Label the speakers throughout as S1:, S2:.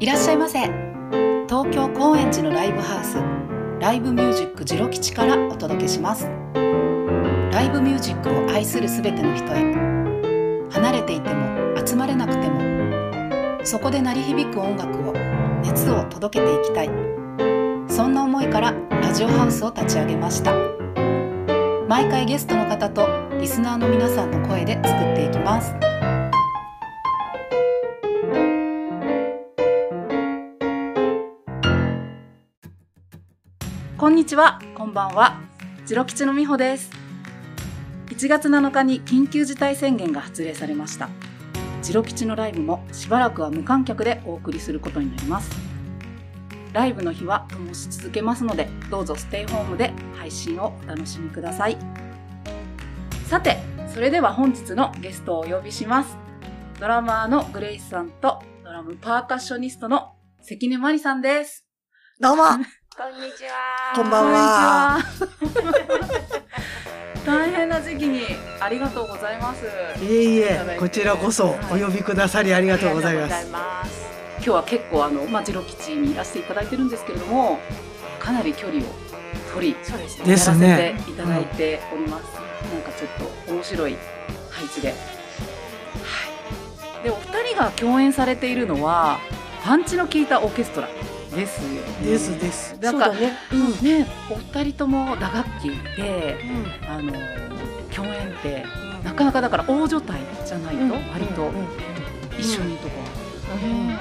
S1: いらっしゃいませ東京高円寺のライブハウスライブミュージックジロ吉からお届けしますライブミュージックを愛するすべての人へ離れていても集まれなくてもそこで鳴り響く音楽を熱を届けていきたいそんな思いからラジオハウスを立ち上げました毎回ゲストの方とリスナーの皆さんの声で作っていきますこんにちは、こんばんは。ジロ吉のみほです。1月7日に緊急事態宣言が発令されました。ジロ吉のライブもしばらくは無観客でお送りすることになります。ライブの日は灯し続けますので、どうぞステイホームで配信をお楽しみください。さて、それでは本日のゲストをお呼びします。ドラマーのグレイスさんとドラムパーカッショニストの関根麻里さんです。
S2: どうも
S3: こんにちは。
S2: こんばんは
S1: こんにちは。大変な時期にありがとうございます。
S2: いえいえ、こちらこそお呼びくださりありがとうございま
S3: あり
S2: す。
S3: がとうございます。
S1: 今日は結構あのまあジロ基地にいらしていただいてるんですけれども、かなり距離を取り
S3: そうですね。
S2: ですね
S1: やらせていただいております。なんかちょっと面白い配置で。はい。でお二人が共演されているのはパンチの効いたオーケストラですよね。
S2: ですです。
S1: なん
S3: そ
S1: か
S3: うだね。
S1: ねお二人とも打楽器で。
S3: うん。うん
S1: あの共演ってなかなかだから大所帯じゃないと
S3: うん
S1: 割と一緒にとか、ね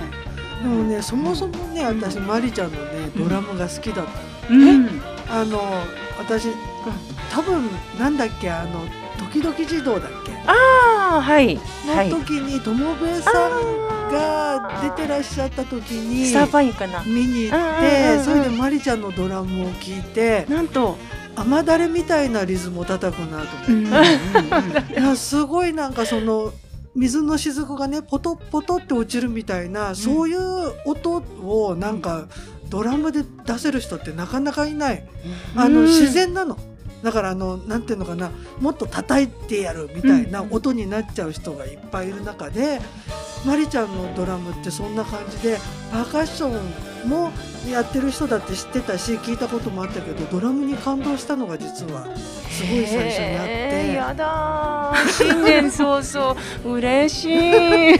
S2: でもね、そもそもね、私マリちゃんのね、
S1: うん
S2: ドラムが好きだった。
S1: うん
S2: あの、私多分なんだっけ、あの時々児童だっけ
S3: ああはい。はい。
S2: の時に友部さんが出てらっしゃった時に
S3: スターパインかな。
S2: 見に行っ
S3: うんうんうんう
S2: て、
S3: ん
S2: それでマリちゃんのドラムを聞いて、
S3: なんと
S2: 雨だれみたいなリズムを叩くなと思って。いやすごいなんかその水の雫がねポトッポトって落ちるみたいな、そういう音をなんかドラムで出せる人ってなかなかいないあの、
S3: うん
S2: 自然なのだからあのなんていうのかなもっと叩いてやるみたいな
S3: うん
S2: 音になっちゃう人がいっぱいいる中で、マリちゃんのドラムってそんな感じでパーカッションもやってる人だって知ってたし聞いたこともあったけどドラムに感動したのが実はすごい最初にあって。
S3: へーやだー。新年早々嬉しい。
S1: で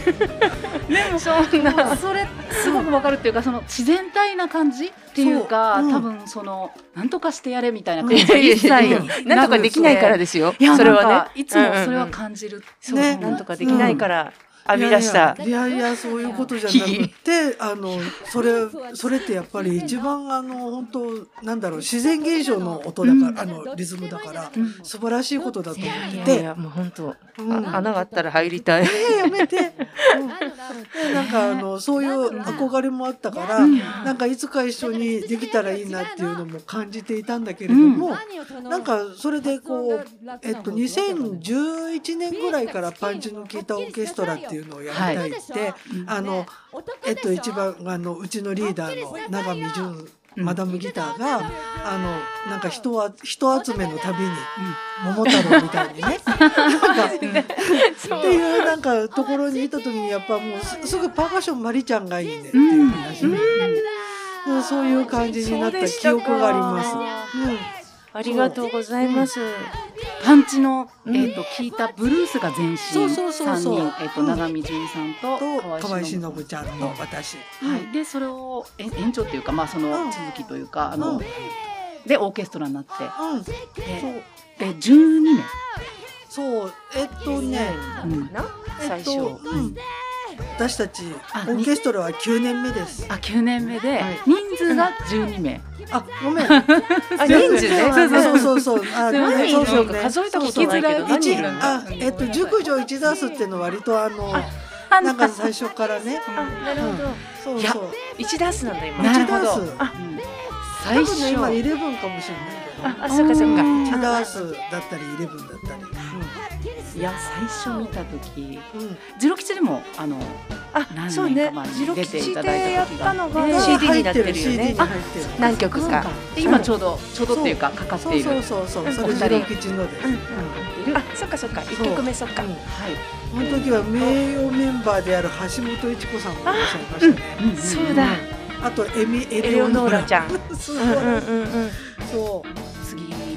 S1: も
S3: そん な。
S1: それすごくわかるっていうかその自然体な感じっていうか、
S2: そううん
S1: 多分そのなんとかしてやれみたいな感
S2: い
S1: じが
S2: や
S1: 一切
S2: い
S1: な
S2: や
S1: いくて
S3: なんとかできないからですよ。
S1: いや
S3: それは
S1: なん
S3: ね
S1: か。いつもそれ
S3: うんうんう
S1: は
S3: ん
S1: 感じる、
S3: そう
S2: ね
S3: なんとかできないから編み出した。
S2: いやいやいやいやそういうことじゃなくてあのそれそれってやっぱり一番あの本当なんだろう自然現象の音だから、あのリズムだから
S1: うん
S2: 素晴らしいことだと思
S3: い
S2: っ
S3: や
S2: て
S3: い
S2: て。
S3: やもう本当。
S2: うん
S3: あ穴があったら入りたい。
S2: えーやめて、うん でなんかあのそういう憧れもあったから、
S1: うん
S2: なんかいつか一緒にできたらいいなっていうのも感じていたんだけれども、な
S4: なんんか
S2: かそれでこ
S4: こ
S2: う
S4: う、
S2: え
S4: え
S2: っ
S4: っ
S2: と、
S4: と、2010
S2: 2011年ぐらいからパンチの効いたオーケストラっていうのをやりたいって、あの、えっと、一番あのうちのリーダーの永見純
S1: うん
S2: マダムギターが、あのなんか人は人集めのたびに
S4: うん
S2: 桃太郎みたいに ねなんか
S3: そ
S2: っていうなんかところにいた時にやっぱもうすすぐパーカッションマリちゃんがいいねっていう話で、うんそういう感じになった記憶があります。うん
S3: ありがとうございます。
S1: パンチの、
S3: うん
S1: えー、と聞いたブルースが全身
S2: そうそうそう
S1: 三
S2: そう
S1: 人、えー、と
S2: うん
S1: 長見純さんと
S2: と河
S1: 河
S2: 合
S1: 合し
S2: 忍
S1: のぶ
S2: ちゃんの私。
S1: はい、でそれをえ延長っていうか、まあ、その
S2: うん
S1: 続きというかあの、
S2: うん
S1: でオーケストラになって
S2: うん、そ
S1: で
S2: う
S1: で12年、
S2: そうえっとね
S1: うん、
S3: な
S2: え
S3: 最
S2: っ
S3: 初。
S2: と、うん、私たち
S1: あ
S2: オーケストラは9年目です。
S1: あ9年目で、
S2: はい
S1: 人数が12名、
S2: あごめん
S3: あ
S1: 全
S3: 人
S1: 部
S3: 数
S1: ね
S3: ね。
S2: そうそうそうそう。あ
S1: すいません
S2: ねそうそうね
S3: 数えたことないけど
S1: そうそう
S3: 何
S2: 一
S3: いるんだ。
S2: あえっと熟女一ダースっていうのは割とあの
S1: あ
S2: なんか最初からね。
S3: なるほど。
S2: そう
S3: いや
S2: そう。
S3: 一ダンスなんだ今。
S1: なる
S2: 一
S1: ほ
S2: ダ
S1: ど
S2: ース。
S3: あ
S1: うん
S2: 多
S1: 最
S2: 分ね今
S1: 初
S2: イレブンかもしれないけどね。
S3: あ、そっかそっか。
S1: うん
S2: 一ダースだったりイレブンだったり。
S4: いや最初見た時
S2: うん
S4: ジロ吉でもあの
S3: あ、
S4: 何
S3: そう
S4: 年か
S3: ね
S4: 前。に
S3: ジロ
S4: 出
S3: キ
S4: てい
S3: チ
S4: ただ
S3: で
S4: いた
S3: やっ
S4: 時が
S3: たのが
S4: ね
S3: CD にな
S2: 入っ。
S3: ってるよねあ、
S2: てる CD に入ってる
S3: 何曲
S4: なん
S3: か
S4: か。で今ちょうどちょうどっていうかかかっている
S2: そうそうそうそううんそれ次郎吉のです、
S3: うん
S2: うん
S4: いる
S3: あ、そっかそっか。一曲目そっか。
S4: は
S2: この時は名誉メンバーである橋本一子さんもいらっしゃいましたね
S4: い、ん
S3: そうだ。
S2: あとエミエ
S3: エ
S2: レ
S3: レオ
S2: オノー
S3: ノー
S2: ラ
S3: ラちゃん。
S2: んす
S3: う
S2: ご
S3: ん
S2: い、
S3: うんうんうん。
S2: そう
S4: 次に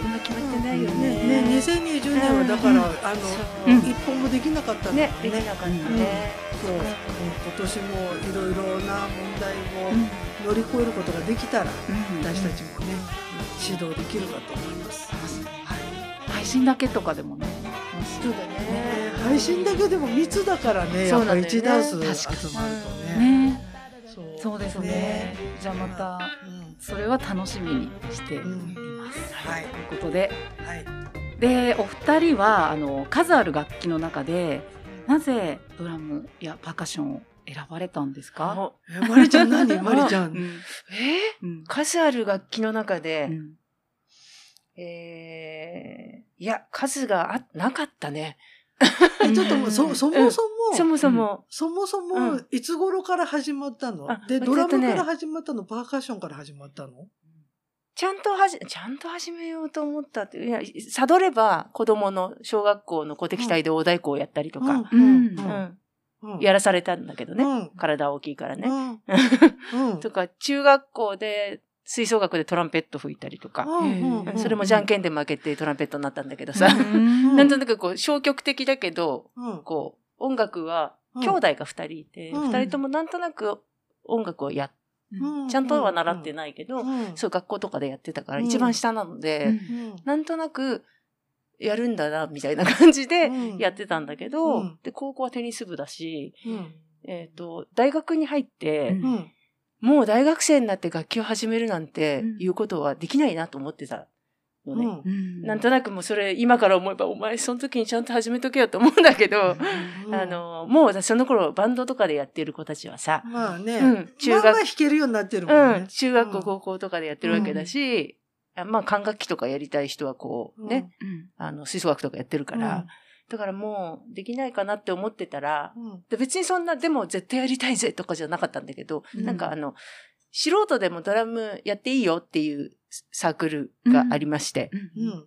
S3: 今決まってないよ
S2: ね
S3: ね。
S2: ね2020年はだから、
S4: うん
S2: あの
S3: そう
S4: うん
S2: 一本もできなかったんだよ
S3: ね、できなかったね。
S2: そう、うん今年もいろいろな問題を乗り越えることができたら、私たちもね、指導できるかと思います。
S4: はい配信だけとかでもね
S3: そうだね
S2: ね、配信だけでも密だからね、
S3: そ
S2: や
S3: う
S2: っ
S3: な
S2: ぱ
S3: んだよね
S2: 一ダンス集まる
S4: 確か
S2: と
S4: に
S2: ね。
S4: ね
S2: そう
S4: そうですね
S2: ね
S4: じゃあまた
S2: うん
S4: それは楽しみにしています、
S2: はい
S4: ということで
S2: はい。
S4: でお二人はあの数ある楽器の中でなぜドラムやパーカッションを選ばれたんですか、
S3: あ
S2: えマリちゃん何？マリちゃ。
S4: うんん
S3: えー
S4: うん
S3: 数ある楽器の中で
S4: う、ん
S3: えーいや、数があなかったね。
S2: えちょっともうそそもそ
S3: そ
S2: も
S3: もそも。
S2: そもそうも
S3: ん
S2: いつ頃から始まったの
S3: あ？
S2: で
S3: まあ
S2: ドラ
S3: ちょ
S2: ム
S3: っとね
S2: から始まったの、パーカッションから始まったの？
S3: ちゃんとはじ、ちゃんと始めようと思ったって。いや、サドれば子供の小学校の鼓敵隊で大太鼓をやったりとか、
S4: うん
S3: うん
S2: うん
S3: やらされたんだけどね。
S2: うん
S3: 体大きいからね。
S2: うんうん
S3: とか、中学校で吹奏楽でトランペット吹いたりとか、
S2: うんうんうん
S3: それもじゃんけんで負けてトランペットになったんだけどさ、
S4: うん
S3: なんとなくこう消極的だけど、
S2: うん
S3: こう、音楽は、
S2: うん
S3: 兄弟が二人いて、
S2: うん
S3: 二人ともなんとなく音楽をやっ
S4: うん
S3: ちゃんとは習ってないけど、
S2: うん
S3: そう学校とかでやってたから
S2: うん
S3: 一番下なので、
S2: うん
S3: なんとなくやるんだなみたいな感じで
S2: うん
S3: やってたんだけど、
S2: うん
S3: で高校はテニス部だし、
S2: うん
S3: えっと大学に入って、
S4: うん
S2: うん
S3: もう大学生になって楽器を始めるなんて
S4: うん
S3: いうことはできないなと思ってたの
S2: う
S3: ね。
S2: ん
S4: うん
S3: なんとなくもうそれ今から思えばお前その時にちゃんと始めとけよと思うんだけど、
S2: うん
S3: あの、もうその頃バンドとかでやってる子たちはさ、
S2: まあね、
S3: うん、中学
S2: まあまあ弾けるようになってるもん
S3: うん、
S2: ね。
S3: 中学
S2: う
S3: 校、
S2: ん
S3: 高校とかでやってるわけだし、あまあ、管楽器とかやりたい人はこう、ね、
S4: うん
S3: あの、吹奏楽とかやってるから、だからもう、できないかなって思ってたら
S2: う、ん、うん
S3: で別にそんな、でも絶対やりたいぜとかじゃなかったんだけど、
S4: うん
S3: なんかあの、素人でもドラムやっていいよっていうサークルがありまして、
S4: う
S2: うんん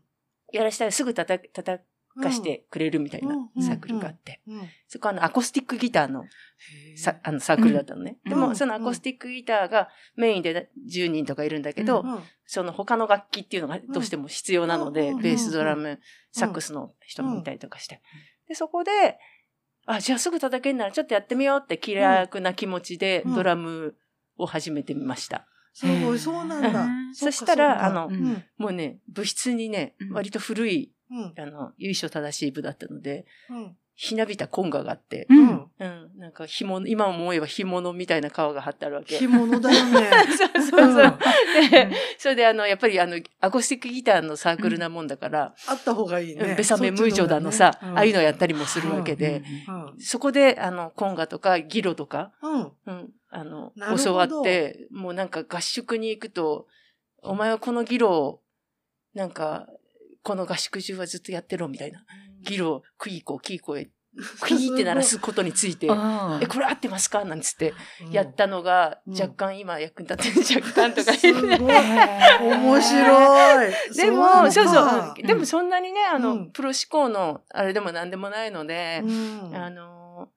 S3: やらしたらすぐ叩く叩
S2: うん
S3: かし、てくれるみたいな
S2: うん
S3: サークルがあって、
S2: うん
S3: そこはあの、アコースティックギターのさあのサークルだったのね。
S4: うん
S3: で
S2: う
S3: も、
S2: ん
S3: そのアコースティックギターがメインで10人とかいるんだけど、
S4: うん
S3: その他の楽器っていうのがどうしても必要なので、
S2: うん
S3: ベース、ドラム、サックスの人もいたりとかして。で、そこで、あ、じゃあすぐ叩けんならちょっとやってみようって気楽な気持ちで
S2: うん
S3: ドラムを始めてみました。
S2: すごい、そうなんだ。
S4: うん
S2: っか
S3: そしたら、
S2: っ
S3: あ
S2: か
S3: の、
S4: うん
S3: もうね、部室にね
S4: う、ん
S3: 割と古い、
S2: うん、
S3: あの、由緒正しい部だったので、
S2: うん、
S3: ひなびたコンガがあって、
S4: う
S2: うんん。
S3: うん、なんか紐の、今思えば干物みたいな皮が張ってあるわけ。
S2: 着物だよね。
S3: そうそうそう。
S4: う
S3: で
S4: ん、
S3: それであの、やっぱりあの、アコースティックギターのサークルなもんだから、
S2: あった方がいい
S3: うん
S2: ね。
S3: ベサメムージョだのさ、ああいうのやったりもするわけで、
S2: の。
S3: そこであの、コンガとかギロとか、
S2: うん、うん、
S3: うん、あの
S2: なる、ほ
S3: 教
S2: ど
S3: わって、もうなんか合宿に行くと、お前はこのギロを、なんか、この合宿中はずっとやってろみたいな。ギロをクイーコー、キーコーへ、クイーって鳴らすことについて、
S4: あー
S3: え、これ合ってますかなんつって、
S2: うん
S3: やっ。たのが、
S2: うん
S3: 若干今役に立ってる、 若干とか
S2: す
S3: 言って
S2: ごい。面白い。 な
S3: でも、
S2: の
S3: そう
S2: か
S3: そう。でもそんなにね、あの、
S2: うん
S3: プロ志向の、あれでも何でもないので
S2: う、ん
S3: あの、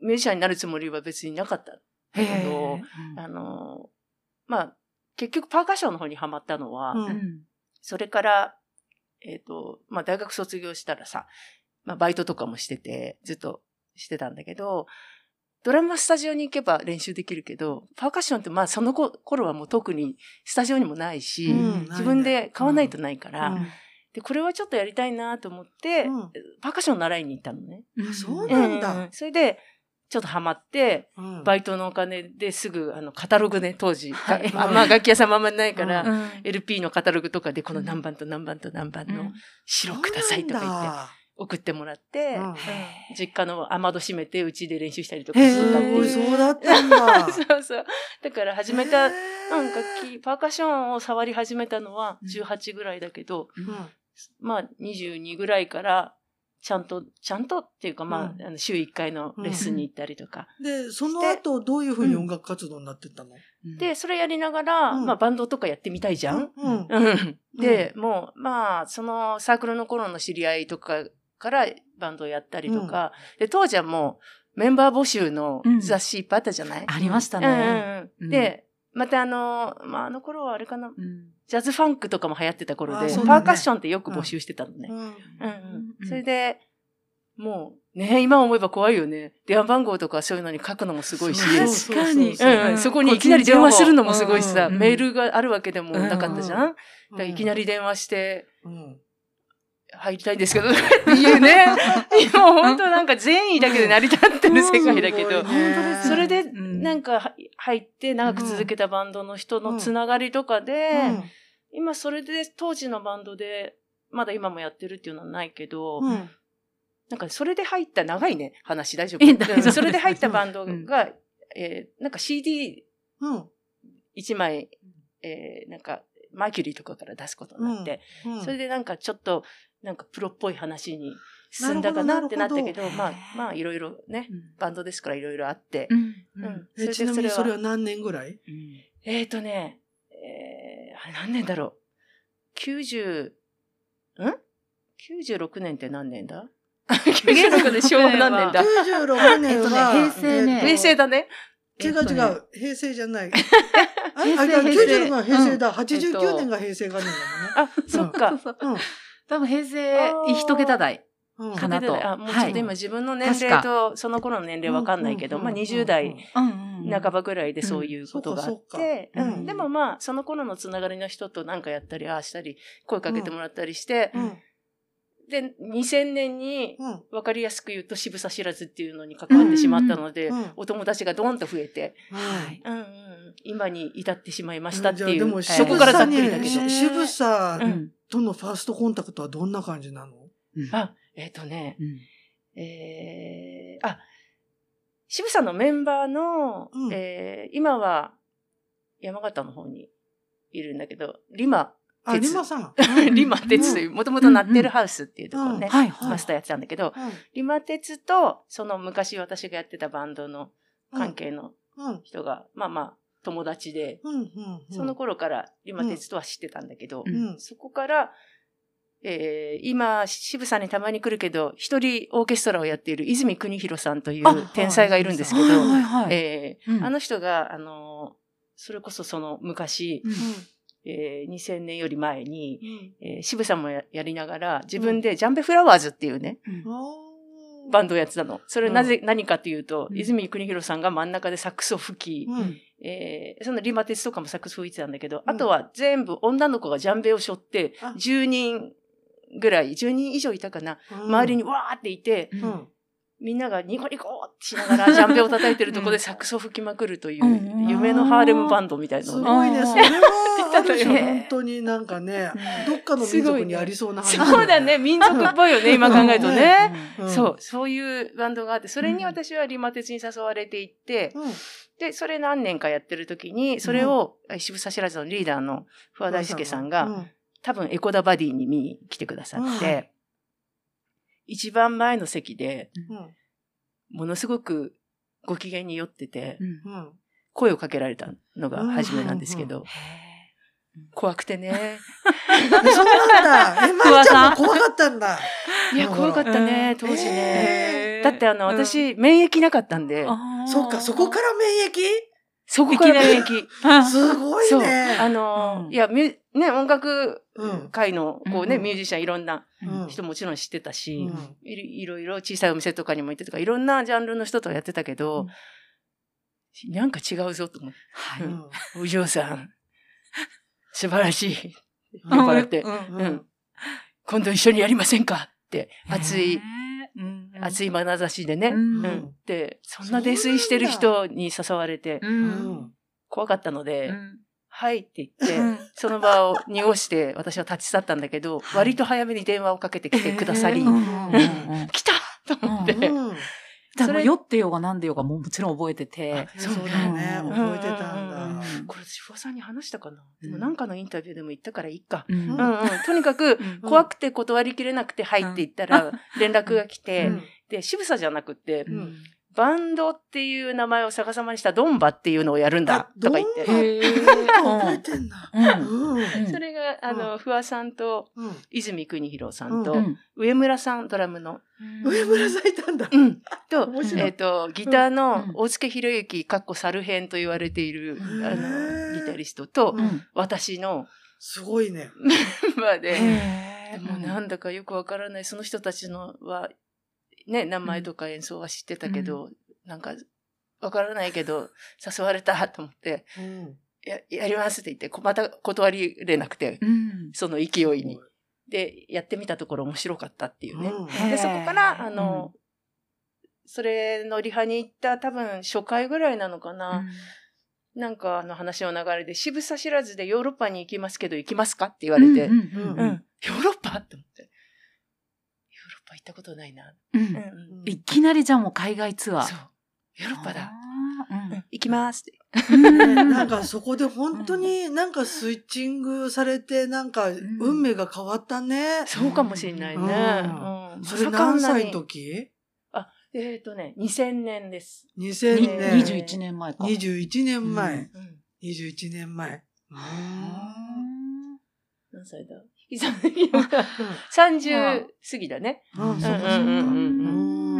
S3: ミュージシャンになるつもりは別になかった。
S4: へー
S3: どあの、まあ、結局パーカッションの方にはまったのは、
S2: うん
S4: うん
S3: それから、えっ、と、まあ大学卒業したらさ、まあバイトとかもしてて、ずっとしてたんだけど、ドラムはスタジオに行けば練習できるけど、パーカッションってまあその子頃はもう特にスタジオにもないし、
S4: うん
S3: 自分で買わないとないから、
S2: うん
S3: で、これはちょっとやりたいなと思って、
S2: うん
S3: パーカッション習いに行ったのね。
S4: うん
S2: そうなんだ
S3: それで、ちょっとハマって、
S2: うん
S3: バイトのお金ですぐ、あの、カタログね、当時。
S4: はい
S3: あ まあ、楽器屋さんもあんまりないから、
S2: うん
S4: うん
S3: LP のカタログとかで、この何番と何番と何番の白くださいとか言って、送ってもらって、
S2: うん
S3: 実家の雨戸閉めて、うちで練習したりとか
S2: へ
S3: してたって
S2: え、
S3: いう。
S2: そうだったんだ。
S3: そうそう。だから始め
S2: へ
S3: た、うん、
S2: ー
S3: 楽器、パーカッションを触り始めたのは
S4: うん
S3: 18ぐらいだけど、
S2: うん
S3: まあ22ぐらいから、ちゃんと、ちゃんとっていうか、ま
S2: うん
S3: あ、あの週1回のレッスンに行ったりとか。
S2: で、その後、どういうふうに音楽活動になってったの
S3: で、それやりながら、
S2: うん
S3: まあ、バンドとかやってみたいじゃん、
S2: うん。
S3: うんで、もう、まあ、そのサークルの頃の知り合いとかからバンドをやったりとか、で、当時はもうメンバー募集の雑誌いっぱいあったじゃない、
S4: ありました
S3: うん、うん
S4: ね。
S3: うんで、またあの、まあ、あの頃はあれかな、
S4: うん
S3: ジャズファンクとかも流行ってた頃
S2: あ
S3: で、
S2: そうだね
S3: パーカッションってよく募集してたのね。
S2: うん
S3: うん、う
S4: うん
S3: ん。それで、もう、ね、今思えば怖いよね。電話番号とかそういうのに書くのもすごいし。
S2: そううん
S4: 確かに。
S2: そうそう
S3: うん、そこにいきなり電話するのもすごいしさ、
S4: うん
S3: メールがあるわけでもなかったじゃん、だからいきな
S2: り。
S3: り電話して、
S2: うん
S3: 入りたいんですけど、って いうね。今本当なんか善意だけで成り立ってる世界だけ
S2: うん
S3: ど
S2: すごい。ね
S3: それで、
S4: ん
S3: なんかは入って長く続けたバンドの人のつながりとかで、今それで当時のバンドで、まだ今もやってるっていうのはないけど、
S2: うんうん
S3: なんかそれで入った長いね、話大丈
S4: え
S3: 夫。
S4: 大丈夫です
S3: それで入ったバンドが、
S4: うん
S3: えーなんか CD
S2: うん
S3: 一枚、えーなんか、マーキュリーとかから出すことになって、
S2: うん
S3: それでなんかちょっと、なんかプロっぽい話に進んだかなってなったけど、
S4: なるほど
S3: まあ、まあいろいろね、バンドですからいろいろあって、
S4: うん
S3: う
S4: うんん
S2: えちなみにそれは何年ぐらい
S3: えーとね、えー、あれ何年だろう。90、ん ?96 年って何年だ ?96 年昭和何 年だ
S2: ?96 年は、
S4: えっとね平成ね
S2: えっと
S3: 平成だね。
S2: 違う
S4: えっと
S2: 違
S4: ね
S2: う、平成じゃ ない。あ、あ
S4: 平成平成
S2: 96が平成だ。
S3: えっ
S2: 89
S3: と
S2: 年が平成元年だ
S3: あ、そっか。
S2: もんね。
S4: 多分平成一桁台。
S2: うん。うん
S4: かなと
S3: あ、もうちょっと今
S4: はい
S3: 自分の年齢とその頃の年齢わかんないけど、
S2: うんうん
S3: ま
S2: う
S3: あ
S2: ん
S3: 20代
S4: うんうん
S3: 半ばぐらいでそういうことがあ
S2: うん
S3: っ
S2: そうか
S3: て、
S4: そうか
S3: う
S4: うんん
S3: でもまあその頃のつながりの人となんかやったり、ああしたり、声かけてもらったりして、
S2: うん。
S3: で、2000年に
S2: うん。
S3: わかりやすく言うと渋さ知らずっていうのに関わってしまったので、
S2: うんうん
S3: お友達がドンと増えて、
S4: はい。
S3: うんうんうん、今に至ってしまいましたってい
S2: じゃあで
S3: う、
S2: も、
S3: そ
S2: 渋
S3: こ
S4: こ
S3: か
S4: から
S3: ざ
S4: ら
S2: さ
S3: っくりだけ
S2: に、
S3: ど
S4: ね。
S2: 渋さ
S4: うん
S2: とのファーストコンタクトはどんな感じなの
S3: あ、えっ、とね、
S4: うん
S3: えー、あ、渋さんのメンバーの、
S2: うん
S3: えー今は山形の方にいるんだけど、リマ、
S2: あ、
S3: 鉄
S2: リマさん。
S3: リマ鉄という、もともとナッテルハウスっていうところ
S2: うんうん
S3: ね、
S4: はい
S2: うん
S4: は
S3: マ
S4: い
S3: スターやってたんだけど、
S2: うん。
S3: リマ鉄と、その昔私がやってたバンドの関係の
S2: うん。
S3: 人が、まあまあ、友達で、
S2: うん。うん。
S3: その頃からリマ鉄とは知ってたんだけど、
S4: う
S2: うん。
S3: そこから、えー今、渋さんにたまに来るけど、一人オーケストラをやっている泉邦弘さんとい
S4: あ
S3: う天才がいるんですけ
S4: はい
S3: ど、
S4: はいはい。
S3: えー
S4: うん
S3: あの人が、あのーそれこそその昔、
S4: うん
S3: えー2000年より前に、
S2: うん。
S3: えー渋さんもややりながら、自分でジャンベフラワーズっていうね、
S2: うん。
S3: バンドをやってたの。それなぜ、何かというと、
S4: うん
S3: 泉邦弘さんが真ん中でサックスを吹き、
S2: うん。
S3: えーそのリマテスとかもサックス吹いてたんだけど、
S2: うん
S3: あとは全部女の子がジャンベを背負って
S2: あ、
S3: 10人ぐらい、10人以上いたかな、周り
S2: に。
S3: にわーっていて、
S4: うん
S2: うん。
S3: みんながニコニコってしながらジャンベを叩いてるところ
S4: う
S3: で
S4: ん
S3: サックスを吹きまくるといううん夢のハーレムバンドみたいな
S2: す
S3: のをね。
S2: ごいね。それは、ある種
S3: 出たのよ
S2: 本当になんかね、
S4: うん
S2: どっかの民族にありそうな話。
S3: そうだね、民族っぽいよね、今考えるとね。
S2: うん。
S3: そう、そういうバンドがあって、それに私はリマテスに誘われていって、
S2: うん。
S3: で、それ何年かやってる時に、それを、え渋沢知らずのリーダーの不破大輔さんが、多分エコダバディに見に来てくださっ
S2: う
S3: て、一番前の席で、
S2: うん。
S3: ものすごくご機嫌に酔ってて、
S4: うん
S2: うん。うん。
S3: 声をかけられたのが初めなんですけど、
S4: へ
S3: 怖くてね。
S2: そうなんだ。え、まいちゃんも怖かったんだ。
S3: いや、怖かったね、当時
S2: へ
S3: ね。
S4: ー
S3: だってあの、
S4: うん
S3: 私、免疫なかったんで
S4: ー、あー
S2: そっか、そこから免疫
S3: そこから免疫。
S2: すごい
S3: そう。
S2: ね。
S3: あの
S4: う
S3: ー、
S4: ん
S3: いや、ミュね、音楽
S2: うん
S3: 界の、こう
S4: う
S3: ね、
S4: ん
S3: ミュージシャンいろんな
S2: うん
S3: 人もちろん知ってた
S2: う
S3: し
S2: ん、
S3: いろいろいろ小さいお店とかにも行ってとか、いろんなジャンルの人とやってたけど、なんか違うぞと思っ
S4: はい。
S2: う
S4: うんん
S3: て、お嬢さん、素晴らしい。
S2: うん
S3: 酔っ払って
S4: うん
S2: うん
S3: 今度一緒にやりませんかって、熱い、、熱
S4: い。
S3: い眼差しでね
S4: う。
S3: うんん。
S2: ん
S3: で、そんな泥酔してる人に誘われて、
S2: う
S4: うん
S2: ん
S3: 怖かったので、
S4: うん
S3: はいって
S4: う
S3: 言って、
S4: ん
S3: その場を濁して私は立ち去ったんだけど、
S4: はい
S3: 割と早めに電話をかけてきてくださり、
S4: うんうんうんうん
S3: 来たと思って、
S2: うん
S1: だか
S3: そ
S1: らも
S3: れ
S1: う酔ってようがなんでようがもうもちろん覚えてて。
S3: そう
S2: そうだよね
S1: うん
S2: 覚えてたんだ
S3: う。
S1: うん
S3: これ私、不破さんに話したかな、
S1: うん
S3: でもなんかのインタビューでも言ったからいいか。
S1: うん
S3: うんうん。とにかく、
S1: うん
S3: 怖くて断りきれなくて入っていったら、連絡が来て、
S2: うん
S3: で、渋さじゃなくて、
S1: うん
S2: うん
S3: バンドっていう名前を逆さまにしたドンバっていうのをやるんだ
S2: あ、
S3: とか言って
S2: ドン。バ
S1: へー
S2: 覚えてんだ。
S1: うん
S2: うん。
S1: うん
S3: それが、あ
S2: う
S3: の、不破さんと、
S2: うん
S3: 泉邦弘さん
S1: う
S3: と、
S1: ん
S3: 上村さん、ドラムの、
S2: 上村さんいたんだ。
S3: うん、と
S2: 面、
S1: 白い
S3: えっ、と、ギターの
S1: うん
S3: 大助博之、かっこ猿編と言われている、あ
S2: へ
S3: の、
S2: ー
S3: ギタリストと、
S2: うん
S1: うん
S3: 私の
S2: すごいね。
S3: メンバーで、
S1: へ
S3: で
S1: ー
S3: もなんだかよくわからない、その人たちのは、ね、名前とか演奏は知ってたけど、なんか、わからないけど、 誘われたと思って、
S2: うん
S3: や、やりますって言って、こまた断りれなくて、
S1: うん
S3: その勢いに。で、やってみたところ面白かったっていうね。
S2: うん
S1: へー
S3: で、そこから、あの、それのリハに行った多分初回ぐらいなのか
S1: うん
S3: な。なんかあの話の流れで、渋さ知らずでヨーロッパに行きますけど行きますかって言われて、
S1: うんうん
S3: うん、ヨーロッパって思って。ヨーロッパ行ったことないな。
S1: うん
S3: うん、
S2: うん
S1: いきなりじゃあもう海外ツアー。
S3: そう。ヨーロッパだ。
S1: あー
S3: うん行きますって。
S1: うん
S2: ねなんかそこで本当になんかスイッチングされてなんか
S1: ん
S2: 運命が変わったね。
S3: そうかもしれないね。
S2: うん
S3: うん
S2: それ何歳の。
S3: まさか
S2: 時
S3: あんなにえっ、とね、2000年です。
S1: に
S2: ?2000
S3: ね
S2: 年。
S1: 21年前か。
S2: 21年
S1: う
S2: 前
S1: ん。
S3: うん。
S2: 21年前。うん
S3: 何歳だ膝の上が30過ぎだね。
S2: うん
S1: うん
S2: そっかそっか
S3: うんう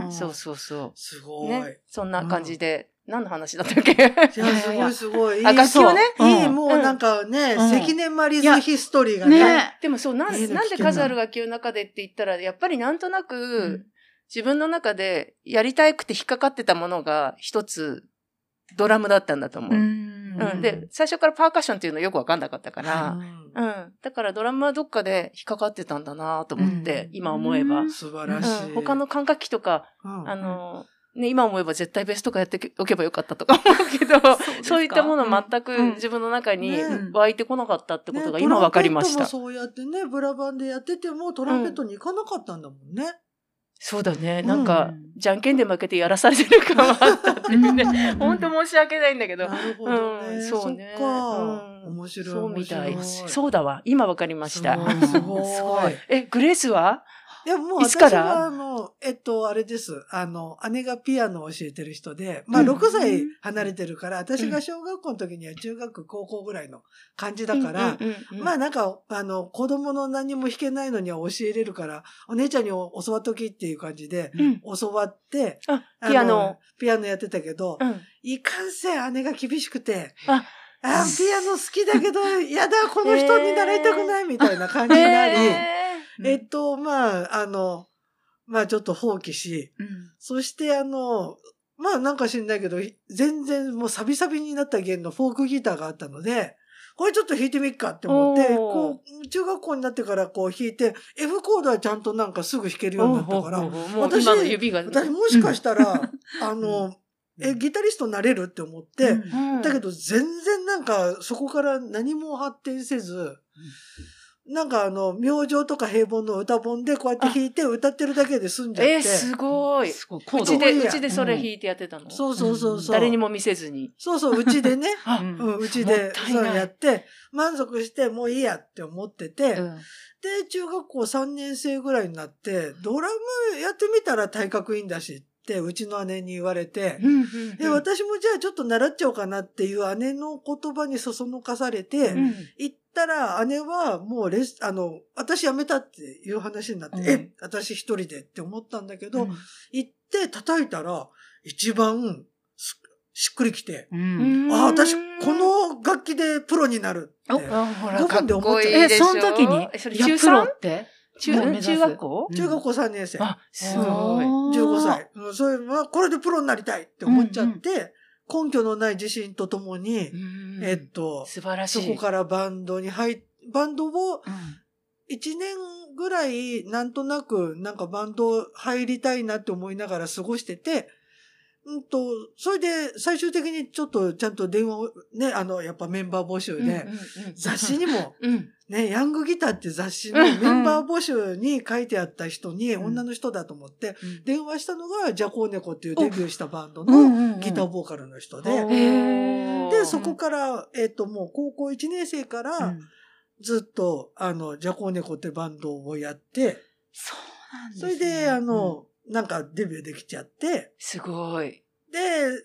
S3: ん
S2: うん
S3: そうそうそ
S2: す
S3: う。
S2: ごい。
S3: ね。そんな感じで、何の話だったっけ
S2: いや、すごいすごい。いい
S3: あ楽器をね
S2: そういい、
S1: うん
S2: もうなんかね、
S1: うん
S2: 関根マリズヒストリーが
S1: い
S2: ね。
S1: や
S3: でもそう、なん
S2: いいね
S3: なん
S2: 聞
S3: で
S2: けない
S3: 数ある楽器の中でって言ったら、やっぱりなんとなく、自分の中でやりたくて引っかかってたものが一つ、ドラムだったんだと思う。うん
S1: うん
S3: で、最初からパーカッションっていうのよくわかんなかったか
S2: う
S3: ら、
S2: ん
S3: うん。だからドラムはどっかで引っかかってたんだなと思って
S1: う、ん
S3: 今思えば。うん
S2: 素晴らしい。
S3: 他の管楽器とか、
S2: うん、
S3: あの、ね、今思えば絶対ベースとかやっておけばよかったとか思うけど、そういったもの全く
S1: うん
S3: 自分の中に
S2: ね
S3: 湧いてこなかったってことが
S2: ね
S3: 今わかりまし
S2: ト
S3: た。
S2: ランペットもそうやってね、ブラバンでやってても、トランペットに行かなかったんだもんね。
S3: そうだね。
S2: うん
S3: なんか、じゃんけんで負けてやらされてる感はあっ たっていうね。本当申し訳ないんだけど。
S2: なるほどね。
S3: うんそうね
S2: そっか。
S3: うん
S2: 面白い。
S3: そうみたい
S2: 面。白
S3: そうだわ。今わかりました。
S2: す ごい。すごい。
S3: え、グレースはい
S2: や、もう
S3: い
S2: 私
S3: つから
S2: は、あの、えっと、あれです。あの、姉がピアノを教えてる人で、まあ、
S3: うん
S2: 6歳離れてるから、私が小学校の時には中学、高校ぐらいの感じだから、
S3: うんうんうんうん
S2: まあ、なんか、あの、子供の何も弾けないのには教えれるから、お姉ちゃんに教わっときっていう感じで、
S3: うん
S2: 教わって、
S3: あ
S2: あの
S3: ピアノ。。
S2: ピアノやってたけど、
S3: うん
S2: いかんせん姉が厳しくて、
S3: あ
S2: あーピアノ好きだ けど、やだ、この人に習いたくないみたいな感じになり、
S3: え
S1: うん
S2: えっと、まあ、あの、まあちょっと放棄し、そしてあの、まあなんか知んないけど、い全然もうサビサビになった弦のフォークギターがあったので、これちょっと弾いてみっかって思って、
S3: おー
S2: こう、中学校になってからこう弾いて、F コードはちゃんとなんかすぐ弾ける
S3: ー
S2: ようになったから、
S3: おうおうおうもう
S2: 私
S3: 今の指が。
S2: 私もしかしたら、あの、え、ギタリストになれるって思って、
S3: うん
S2: だけど全然なんかそこから何も発展せず、なんかあの、明星とか平凡の歌本でこうやって弾いて歌ってるだけで済んじゃって。
S3: えー、すごい。
S1: すごい、
S3: う
S1: 高
S3: ち
S1: 度。
S3: で、
S2: すごいや
S3: うちでそれ弾いてやってたの。
S2: そうそうそうそう。
S3: 誰にも見せずに。
S2: そうそう、うちで ね。
S3: あ
S1: うん
S2: うん、うち
S3: もっ
S2: で
S3: たい
S2: そ
S3: ないう
S2: やって、満足してもういいやって思ってて、
S1: うん
S2: で、中学校3年生ぐらいになって、ドラムやってみたら体格いいんだしって、うちの姉に言われて、
S3: うんうん
S2: で、私もじゃあちょっと習っちゃおうかなっていう姉の言葉にそそのかされて、
S3: うん
S2: 行ったら姉はもうレス、あの、私辞めたっていう話になって、
S1: うん
S2: え、私一人でって思ったんだけど、
S1: うん
S2: 行って叩いたら、一番すしっくりきて、
S1: うん
S2: ああ、私、こ、の楽器でプロになるって。
S3: あほら、
S2: 5
S3: かっ
S2: 分で思っ
S3: こいい
S2: ちゃう
S1: え、
S3: でしょ
S1: その時に
S3: えそれ
S1: いや
S3: 中
S1: プロ
S3: 3?
S1: ってもう目
S3: 中、
S1: 指す
S3: 中学校
S2: 中学校3年生、
S3: あ、す
S1: す
S3: ご
S1: ご
S3: い
S1: い。。
S2: 15歳。うんそれは、これでプロになりたいって思っちゃって、根拠のない自信とともに、
S3: うん
S2: えっと、
S3: 素晴らし
S2: そ
S3: い。
S2: こからバンドに入っ、バンドを
S1: うん。
S2: 一年ぐらい、なんとなく、なんかバンド入りたいなって思いながら過ごしてて、うんと、それで最終的にちょっとちゃんと電話をね、あの、やっぱメンバー募集で、雑誌 にも、
S3: うん。
S2: ね、ヤングギターって雑誌のメンバー募集に書いてあった人に、
S1: ん
S2: 女の人だと思って、
S1: うん
S2: 電話したのが、ジャコーネコっていうデビューしたバンド
S1: うん
S2: の
S1: うんうん
S2: ギターボーカルの人で、
S1: へー
S2: で、そこから、えっ、と、もう高校1年生から、ずっと、あの、ジャコーネコってバンドをやって、
S1: そうなんです
S2: そ
S1: ね
S2: れで、あ、の、なんかデビューできちゃって、
S3: すごい。
S2: で、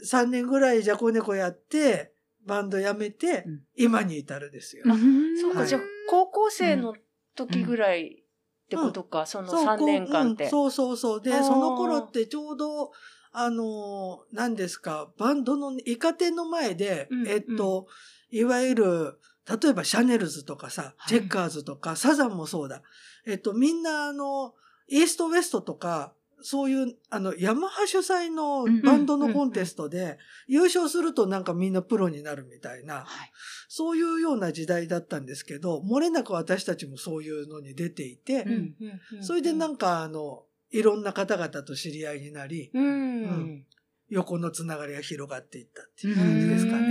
S2: 3年ぐらいジャコネコやって、バンド辞めて、
S1: うん
S2: 今に至るですよ。
S1: うん
S3: そう
S2: は
S3: か、
S2: い
S3: じゃあ、高校生の時ぐらいってことか、その3年間って。
S2: そうこううんそうそうそう。で、
S3: あー
S2: その頃ってちょうど、あのー、何ですか、バンドのイカ天の前で、
S3: うん
S2: えっと、いわゆる、例えばシャネルズとかさ、
S1: はい
S2: チェッカーズとか、サザンもそうだ。えっと、みんなあの、イーストウエストとか、そういう、あの、ヤマハ主催のバンドのコンテストで、優勝するとなんかみんなプロになるみたいな、
S1: はい
S2: そういうような時代だったんですけど、漏れなく私たちもそういうのに出ていて、
S1: うん
S2: それでなんん
S3: か、
S2: かあの、いろんな方々と知り合いになり、
S3: うん。
S2: うん横のつながりが広がっていったって
S1: う
S2: い
S1: ん
S2: う感じですか
S3: う
S2: ね。う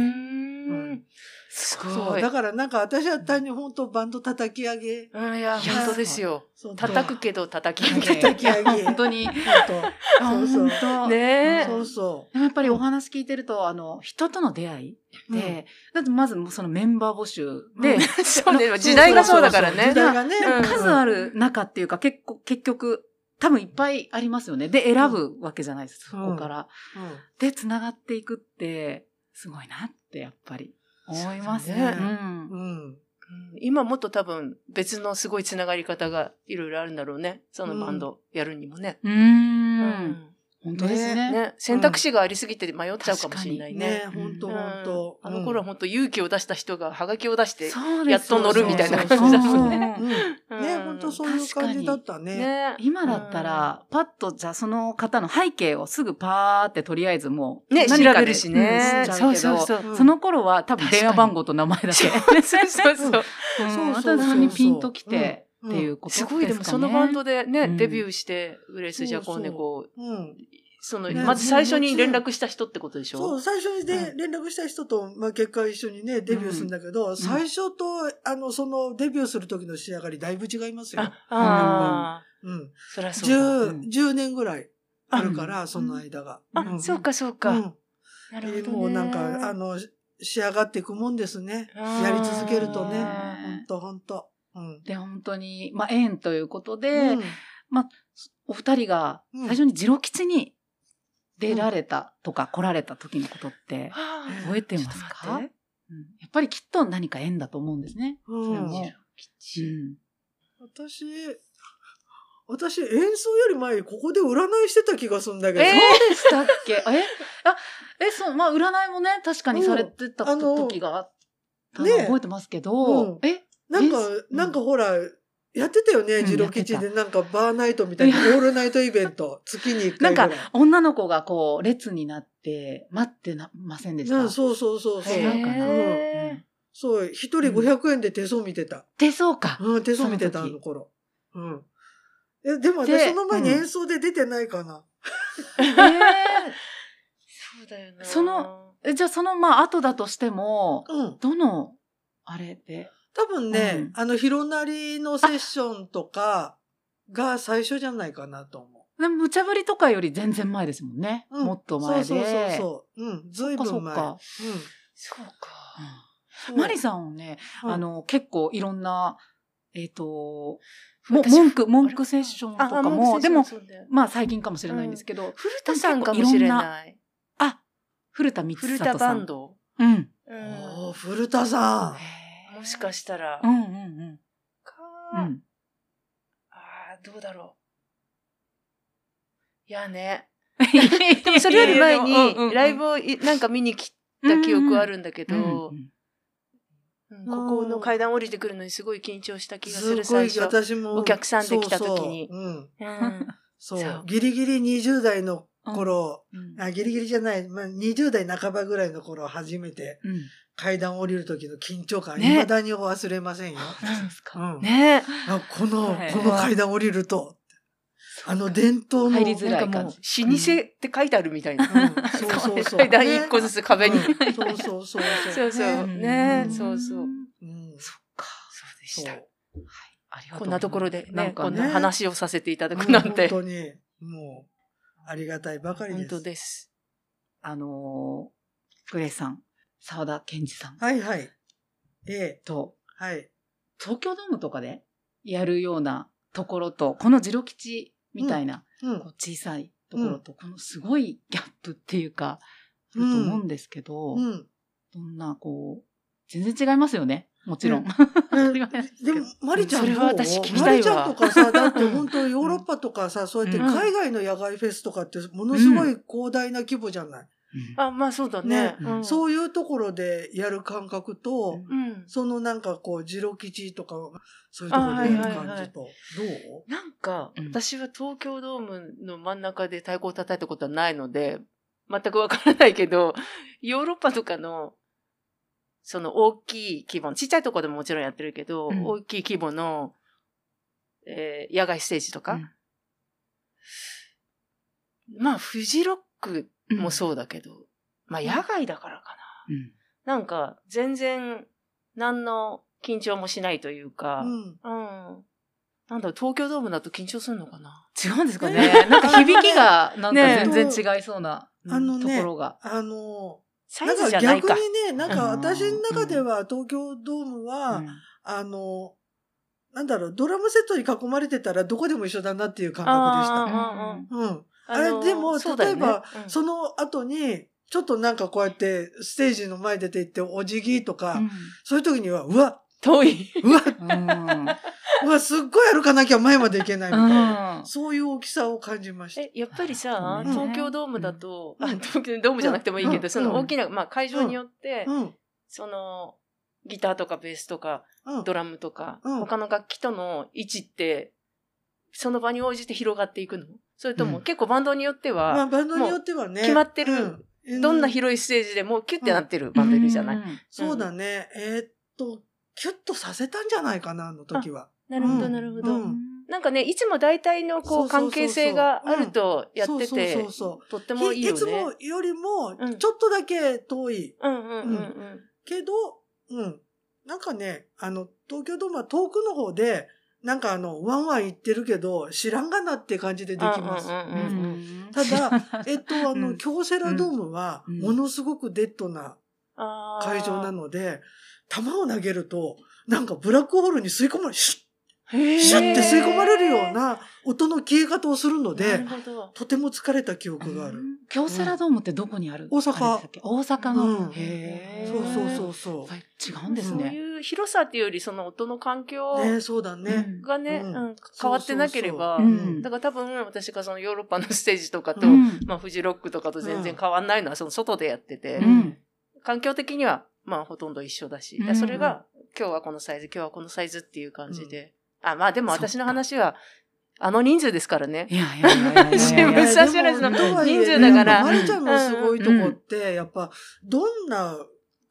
S2: んん。
S3: す
S2: そ
S3: ご
S2: う。
S3: い。
S2: だからなんか私は単に本当バンド叩き上げ。
S3: うん、いや、
S2: いや
S3: 本当ですよ。
S2: そう
S3: 叩くけど叩き上げ。
S2: 叩き上 げ。
S1: 本当に。
S2: 本当そうそう。
S1: 本当
S3: ねえ
S2: そうそ
S1: でもやっぱりお話聞いてると、あの、人との出会いっ
S2: う。
S1: て、だってまずもうそのメンバー募集で、
S3: そうね、
S2: ん
S3: 時代がそうだからね。
S2: 時代がね。
S3: うん
S1: 数ある中っていうか、結構、結局、多分いっぱいありますよね。で、選ぶわけじゃないです、
S2: うん
S1: そこから。
S2: うん
S1: で、繋がっていくって、すごいなって、やっぱり、思います
S2: そう
S1: ね
S2: だ。
S1: う
S2: ね
S1: ん。
S2: うん。
S3: うん今もっと多分別のすごいつながり方がいろいろあるんだろうね。そのバンドやるにもね。
S1: うー
S3: う
S1: ん。。本当ですね。
S3: ね、選択肢がありすぎて迷っちゃうかもしれない
S2: ね
S3: ね。
S2: 本当
S3: うん
S2: 本当。
S3: あの頃は
S2: うん
S3: 本当勇気を出した人がハガキを出して。
S1: そう
S3: やっと乗るみたいな感じだもん
S1: そう
S3: ね
S1: そうそう
S2: うんね、本当そういう感じだった
S3: う
S2: ね。
S3: んね。
S1: 今だったら、パッと、じゃあその方の背景をすぐパーってとりあえずもう、
S3: ね、調
S1: 何かで
S3: べるしね。
S1: うん
S3: そうそうそう。
S2: うん
S1: その頃は多分
S3: 確かに
S1: 電話番号と名前だけ。
S3: そうそうそう。
S1: うん
S2: そうそうそうそう
S1: 私たちにピンときてっていうことです
S3: す
S1: かね。
S3: ごい、でもそのバンドでね、
S1: うん
S3: デビューして、ウレス・ジャコーネコを、
S2: うん。
S3: その、
S2: ね
S3: まず最初に連絡した人ってことでし
S2: そ
S3: ょ
S2: う、最初にで、
S3: う
S2: 連絡した人と、まあ、結果一緒にね、デビューするんだけど、最初と、あの、その、デビューする時の仕上がり、だいぶ違いますよ。
S3: あ、ああ、
S2: うん。
S3: そりゃそうだ。
S2: 10、10年ぐらいあるから、
S3: ん
S2: その間が。
S3: あ、
S2: ん
S3: そうか、そう
S2: う
S3: か。
S2: ん。
S3: な
S2: で
S3: るほ
S2: も
S3: どね。
S2: うなんか、あの、仕上がっていくもんですね。やり続けるとね。ほんと、ほんと。うん。
S1: で、本当に、まあ、縁ということ
S2: う
S1: で、
S2: ん
S1: お二人が
S2: うん
S1: 最初にジロ吉に出られたとか来られた時のことって
S3: はあ
S1: 覚えてます
S3: ちょっと
S1: か
S3: 待って
S1: うんやっぱりきっと何か縁だと思うんですね。
S2: う
S1: それも
S2: ん。
S1: うん
S2: 私、私、演奏より前にここで占いしてた気がするんだけど。
S3: えー
S1: そうでしたっけえあ、え、そう、まあ、占いもね、確かにされてた
S2: うんあの
S1: 時があったの
S2: ね
S1: 覚えてますけど、
S2: う
S1: え、
S2: なんか
S1: えー、
S2: なんかほら、やってたよね、
S1: うん
S2: ジロ吉で。なんか、バーナイトみたいな、オールナイトイベン ト、月に1
S1: な
S2: 回
S1: ん
S2: ぐら
S1: か
S2: い。、
S1: 女の子がこう、列になって、待ってなませんでし
S2: う
S1: た。
S2: んそうそうそうそう。
S1: 違うかな
S3: へー
S1: うん
S2: そう、一人500円で手相見てた。
S1: で、そうか。
S2: うん、手相見てた、
S1: そ
S2: あ
S1: の時
S2: の頃。うん。え、でも
S1: で
S2: 私、その前に演奏で出てないかな。
S1: え
S3: そうだよな。
S1: その、ーえじゃあ、その、まあ、後だとしても、
S2: うん。
S1: どの、あれで。
S2: 多分ね、
S1: うん
S2: あの、広なりのセッションとかが最初じゃないかなと思
S1: でも、無茶ぶりとかより全然前ですもんね。
S2: う。うん
S1: もっと前で。
S2: そうそうそうそう。うん、ずいぶ
S1: そっ
S2: ん
S1: か
S2: 前。
S1: そっか
S2: うん
S3: そうか。
S2: そう
S1: マリさんをね、
S2: うん
S1: あの、結構いろんな、えっ、と、も
S3: 私
S1: 文句、文句セッションと
S3: あ
S1: か
S3: あ
S1: も、で
S3: セッション
S1: も、
S3: そうだよ
S1: まあ最近かもしれないんですけど、
S3: 古田さんかもしれない。
S1: あ、古田光
S3: 古
S1: 里さん。
S3: 田バン。ド。
S1: うん。
S3: う
S2: お
S3: ん
S2: ー古田さ
S3: もしか
S1: し
S3: したら。
S1: うんうんうん。
S3: か
S1: う ん。
S3: あーどうだろう。いや ね。
S1: でも
S3: それより前に、ライブをいなんか見に来た記憶あるんだけ
S1: うんうん
S3: ど
S1: う、ん
S3: うんここの階段降りてくるのにすごい緊張した
S2: ん。
S3: 気がす
S2: す
S3: る、
S2: ご
S3: 最
S2: い、
S3: 初。
S2: 私も。
S3: お客さんで来た時に
S2: そうそううん。
S3: うん
S2: そう
S3: そう
S2: ギリギリ20代の頃、
S1: うん
S2: あギリギリじゃない、まあ、20代半ばぐらいの頃初めて
S1: うん。
S2: 階段降りる時の緊張感、
S3: ね
S2: 未だに忘れませんよ。
S1: そうです
S2: う
S1: か。
S2: ん
S3: ね
S2: あこの、
S1: はい
S2: この階段降りると。あの伝統の。
S1: 入りづらい
S3: なん
S1: 感
S3: かもう、老舗っ
S1: じ。
S3: て書いてあるみたい
S2: う
S3: な。
S2: んそう そうそう。
S3: 階段一個ず
S2: つ
S3: つ壁に。
S2: そうそうそう
S3: そ
S2: そうう。
S3: そ
S2: ね
S3: う。ね
S1: うん
S3: そうそう。
S2: うん
S1: そっか。
S3: そうでした。
S1: ありがとう
S3: こんなところでね、
S1: なんか
S3: こん
S1: ね
S3: な話をさせていただくなん
S2: 本
S3: て。
S2: 当に、もう、ありがたいばかり
S3: 本
S2: です
S3: 当。です。
S1: あのー、グレイさん、沢田健二さん
S2: はいはい。ええ、
S1: と、
S2: はい。
S1: 東京ドームとかでやるようなところと、このジロ吉みたいな、
S2: うん
S1: こう小さいところと、このすごいギャップっていうか、あると思うんですけど、
S2: うん。
S1: どんな、こう、全然違いますよね。もちろん。
S2: うん
S1: 当たり前ですけ
S2: で
S1: ど
S2: も、マリちゃんどう
S3: それは私聞きた
S2: マリ
S3: いわ
S2: ちゃんとかさ、だって本当ヨーロッパとかさ、そうやって海外の野外フェスとかってものすごい広大な規模じゃない。
S3: あ、まあそうだね
S2: ね。
S3: うん
S2: そういうところでやる感覚と、
S1: うん
S3: うん。
S2: そのなんかこう、ジロ吉とか、そういうところでやる感じと。どう
S3: なんか、
S1: うん
S3: 私は東京ドームの真ん中で太鼓を叩いたことはないので、全くわからない けど、ヨーロッパとかの、その大きい規模の、ちっちゃいところでももちろんやってるけど、
S1: うん
S3: 大きい規模の、えー野外ステージとか、まあ、フジロックもそうだけど、まあ、野外だからか
S1: うん。
S3: な。なんか、全然、何の緊張もしないというか、
S2: うん。
S3: うん。なんだろう、東京ドームだと緊張するのかな
S1: 違うんですか
S2: ね
S1: ね。なんか響きが、なん
S3: ね
S1: か全然違いそうな
S2: あの
S1: と
S2: ね
S1: ころが。
S2: あの、
S3: サ
S2: な
S3: イズ
S2: ん
S3: じ
S2: か
S3: ゃない
S2: 逆
S3: か。
S2: にね、なんか私の中では東京ドームは、
S1: うん
S2: あの、なんだろう、ドラムセットに囲まれてたらどこでも一緒だなっていう感覚でし
S3: あ
S2: た。
S3: あ
S1: うん
S2: うん。
S3: ああ
S2: あれ
S3: の
S2: でも
S3: そうだよね
S2: 例えば
S3: うん
S2: その後に、ちょっとなんかこうやってステージの前出て行ってお辞儀とか、そういう時には、うわ、
S3: 遠い。
S2: うわ、
S1: うん。
S2: うわ、すっごい歩かなきゃ前まで行けないみたいな。
S1: うん
S2: そういう大きさを感じました。
S3: え、やっぱりさ、
S1: うん
S3: 東京ドームだと、
S2: うん
S3: あ東京ドームじゃなくてもいいけ
S2: う
S3: ど、
S2: ん
S3: その大きな、まあ会場によって、
S2: うん。
S3: その、ギターとかベースとか、
S2: うん
S3: ド。ラムとか、
S2: うん
S3: 他の楽器との位置って、その場に応じて広がっていくのそれとも、
S1: うん
S3: 結構バンドによって
S2: ま
S3: は、
S2: あ、バンドによってはね。
S3: もう決まってる
S2: うん
S3: どんな
S2: うん
S3: 広いステージでもキュッてなってるバンドいるじゃない、
S1: うん
S2: そうだね。えーっと、キュッとさせたんじゃないかな、あの時は。
S3: なるほ
S2: う
S3: ど、
S2: ん
S3: なるほど。
S2: うん
S3: なんかね、いつも大体のこ
S2: そううそうそうそ
S3: 関
S2: う
S3: 係性があるとやって
S2: そう
S3: て
S2: そ、うそう
S3: とって
S2: そう
S3: もいいよ
S2: いつ
S3: ね
S2: も。よりも
S3: うん、
S2: ちょっとだけ遠い。
S3: うんうんうんうん。
S2: けど、うん。なんかね、あの、東京ドームは遠くの方で、なんかあの、ワンワン行ってるけど、知らんがなって感じでできます。
S3: うん
S1: う
S3: うんうんうんうん
S1: ん。
S2: た だ、えっと、あ
S1: う
S2: の、
S1: ん
S2: 京セラドームは、
S1: うん
S2: ものすごくデッドな
S3: あー
S2: 会場なので、球を投げると、なんかブラックホールに吸い込まれ、シ
S3: へ
S2: ュ
S3: ー
S2: ッ、シュッって吸い込まれるような音の消え方をするの
S3: な
S2: で
S3: る、ほど
S2: とても疲れた記憶がある。
S1: 京セラドームってどこにある
S2: 大阪
S1: あれでしたっけ大阪
S2: う
S1: の
S2: ん。
S1: へ
S2: そうそう
S1: う。
S2: そうそ
S1: やっぱり違うんです
S3: そう
S1: ね。
S3: いう広さっていうより、その音の環境
S2: う。ね、そうだね。
S3: がね、
S2: うん
S3: うん変わってなければ、
S2: そうそうそう
S1: うん
S3: だから多分私がそのヨーロッパのステージとかと、
S1: うん
S3: まあフジロックとかと全然変わんないのはその外でやってて、
S1: うん。
S3: 環境的にはまあほとんど一緒だし、だからそれが今日はこのサイズ、今日はこのサイズっていう感じで。あ、まあでも私の話はあの人数ですからね。
S1: いやいやいやいやいや。
S3: 新聞社知らずの人数だから
S2: マリちゃんのすごいとこって、やっぱ、どんな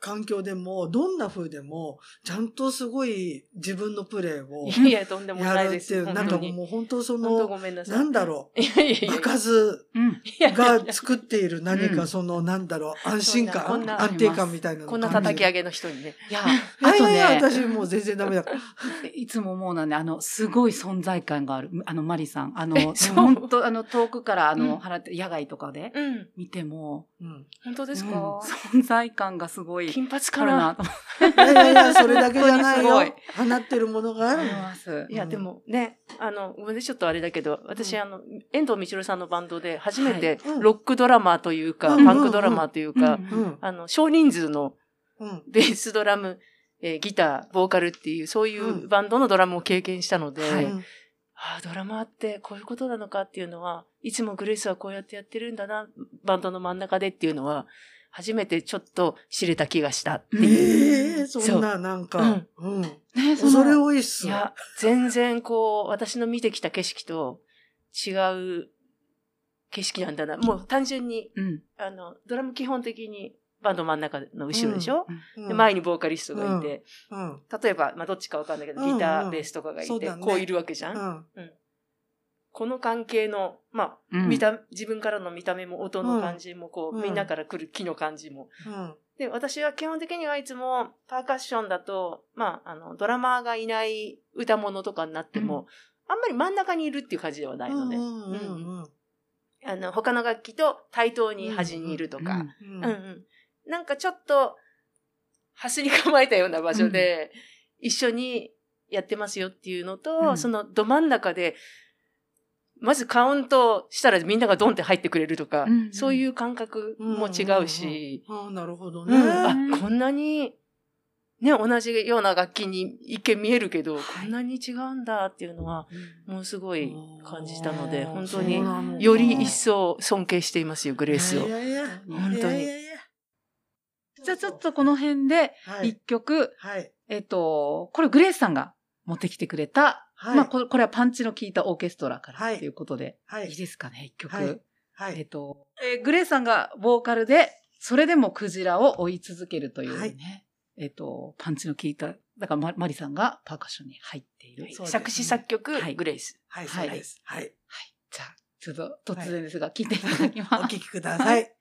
S2: 環境でも、どんな風でも、ちゃんとすごい自分のプレーを
S3: いやいや、とんでもな
S2: や
S3: い
S2: る
S3: で
S2: って
S3: す
S2: い
S3: よ。
S2: う、なんか
S3: 本当に
S2: もう本当そ
S3: 本当
S2: の、
S3: ごめんなさい。
S2: なんだろ、
S3: いやいやいうや
S2: 場数
S1: うん。
S3: いやいやい
S2: が作っている何かその、なんだろう、安心
S3: こん
S2: 感、
S3: な
S2: 安定感みたいな
S3: や
S2: の
S3: こんな叩き上
S2: 上
S3: げの人にね。
S1: いや、
S2: あ
S1: あ
S2: い
S1: と
S2: やいや、
S1: ね、
S2: 私もう全然ダメだから。
S1: いつも思うのはね、あの、すごい存在感がある。あの、マリさん。あの、
S3: えそう
S1: 本当あの、遠くから、あ
S3: うん
S1: の、払って、野外とかで
S3: うん。
S1: 見ても、
S2: うん
S3: 本当です
S1: うん
S3: か、
S1: 存在感がすごい、
S3: 金髪
S1: あ
S3: か
S1: る
S3: な
S1: なと思
S2: いやいやいや、それだけじゃない よ
S1: 本。
S2: 放ってるものがあ
S1: い
S2: るの。
S1: ます
S3: い。や、でもね、あの、ごめんね、ちょっとあれだけど、私、
S2: うん
S3: あの、遠藤みちるさんのバンドで、初めて
S2: はいうん
S3: ロックドラマーというか、
S2: うん
S3: パンクドラマーというか、
S1: うん
S2: うん。
S3: あの、少人数の
S2: うん。
S3: ベースドラム、えーギター、ボーカルっていう、そういううんバンドのドラムを経験したので、
S1: はい
S2: うん
S3: ああ、ドラマーってこういうことなのかっていうのは、いつもグレースはこうやってやってるんだな、バンドの真ん中でっていうのは、初めてちょっと知れた気がしたっていう。
S2: ええ
S3: う
S2: そんな、なんか、うん。
S1: ね、そ
S2: 恐れ
S1: の、
S2: 多いっす
S3: い
S2: わ。
S3: や、全然こう、私の見てきた景色と違う景色なんだな。もう単純に、
S1: うん。
S3: あの、ドラム基本的にバンド真ん中の後ろでしょ、
S2: うん
S3: で前にボーカリストがいて、
S2: うん。
S3: 例えば、まあ、どっちかわかんないけど、
S2: うんうん
S3: ギター、ベースとかがいて、
S2: そうだね
S3: こういるわけじゃん、
S2: うん。
S3: この関係の、ま
S1: う
S3: あ、
S1: ん
S3: 見た、自分からの見た目も音の感じも、こう、
S2: うん
S3: みんなから来る木の感じも。
S2: うん
S3: で、私は基本的にはいつも、パーカッションだと、まあ、あの、ドラマーがいない歌物とかになっても、あんまり真ん中にいるっていう感じではないので、
S2: うんうんうん
S3: あの、他の楽器と対等に端にいると
S1: と
S3: か、
S1: か、
S2: うん
S3: うんうん。なんかちょっと、走り構えたような場所で、一緒にやってますよっていうのと、
S1: うん
S3: そのど真ん中で、まずカウントしたらみんながドンって入ってくれるとか、
S1: うんうん
S3: そういう感覚も違うし、
S2: ああなるほど
S3: うん
S2: ね。
S1: ん
S3: あ、こんなに、ね、同じような楽器に一見見えるけど、こんなに違うんだっていうのは、もうすごい感じたので、
S2: あー
S3: 本当
S2: そう
S3: に
S2: なのか
S3: より一層尊敬していますよ、グレースを
S2: い。やいや
S3: 本当に
S2: いやいやいや
S1: じゃあちょっとこの辺で
S2: はい
S1: 一曲、
S2: はい
S1: えっと、これグレースさんが持ってきてくれた、
S2: はい
S1: まあこれこれはパンチの効いたオーケストラから
S2: はい
S1: っていうことで、、
S2: はいい
S1: いですかね、一曲。
S2: はいは
S1: えっ
S2: い
S1: と、えーグレーさんがボーカルで、それでもクジラを追い続けるというね、
S2: はい
S1: えっと、パンチの効いた、だからママリさんがパーカッションに入っている。
S3: はい
S2: そうです
S3: 作詞作曲、
S1: はい
S3: グレース。
S2: はいそうですはい
S1: はい。じゃあ、ちょっと突然ですが、聞いていただき
S2: お
S1: ます。
S2: 聞きください。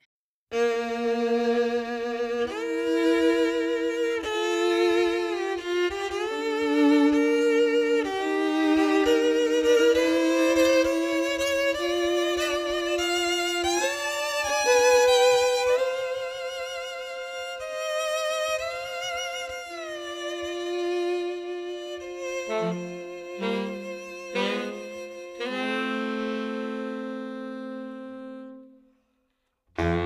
S5: 「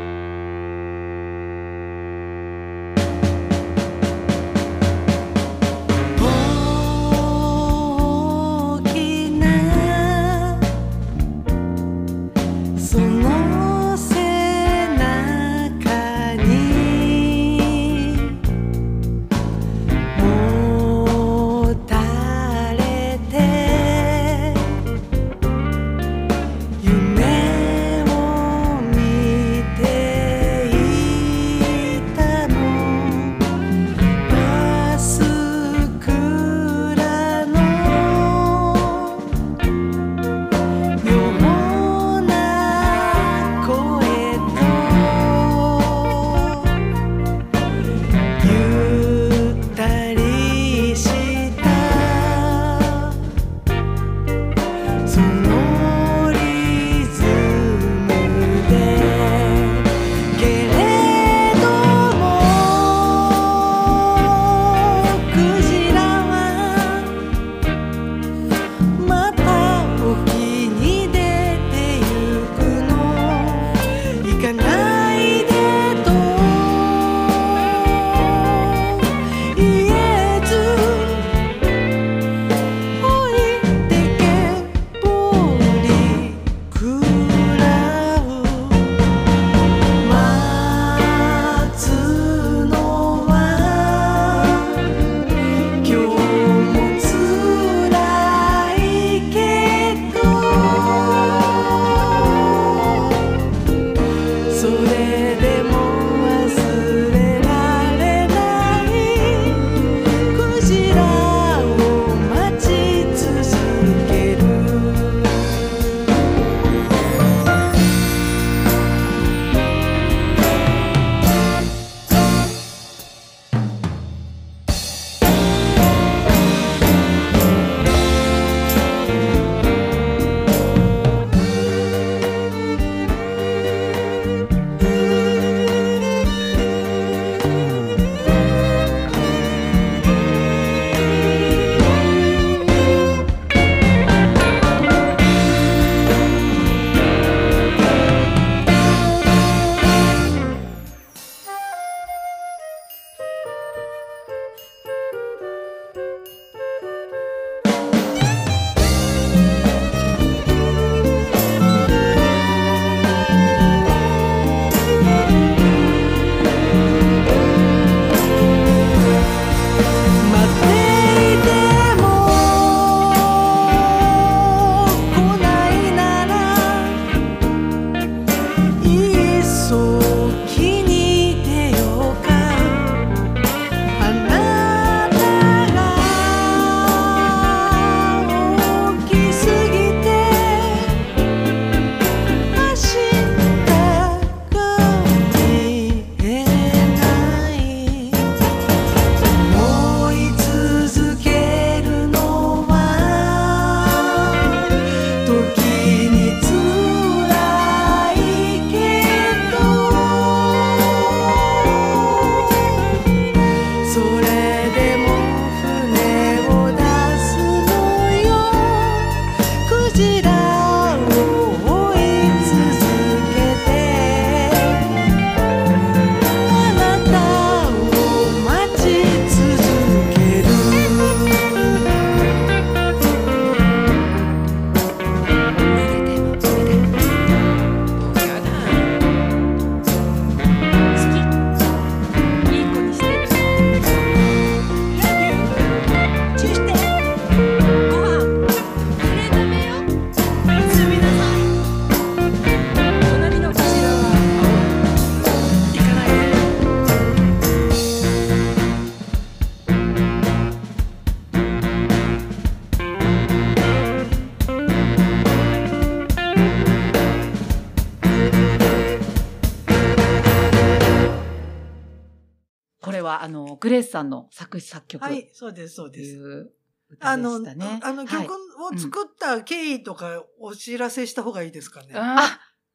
S1: は、あの、グレースさんの作詞作曲
S2: は
S1: っ
S2: い、そうです、そう
S1: て
S2: で
S1: い
S2: す。
S1: う歌
S2: あ
S1: で
S2: の、
S1: したね。
S2: あの
S1: はい
S2: 曲を作った経緯とかお知らせした方がいいですかね。
S3: あ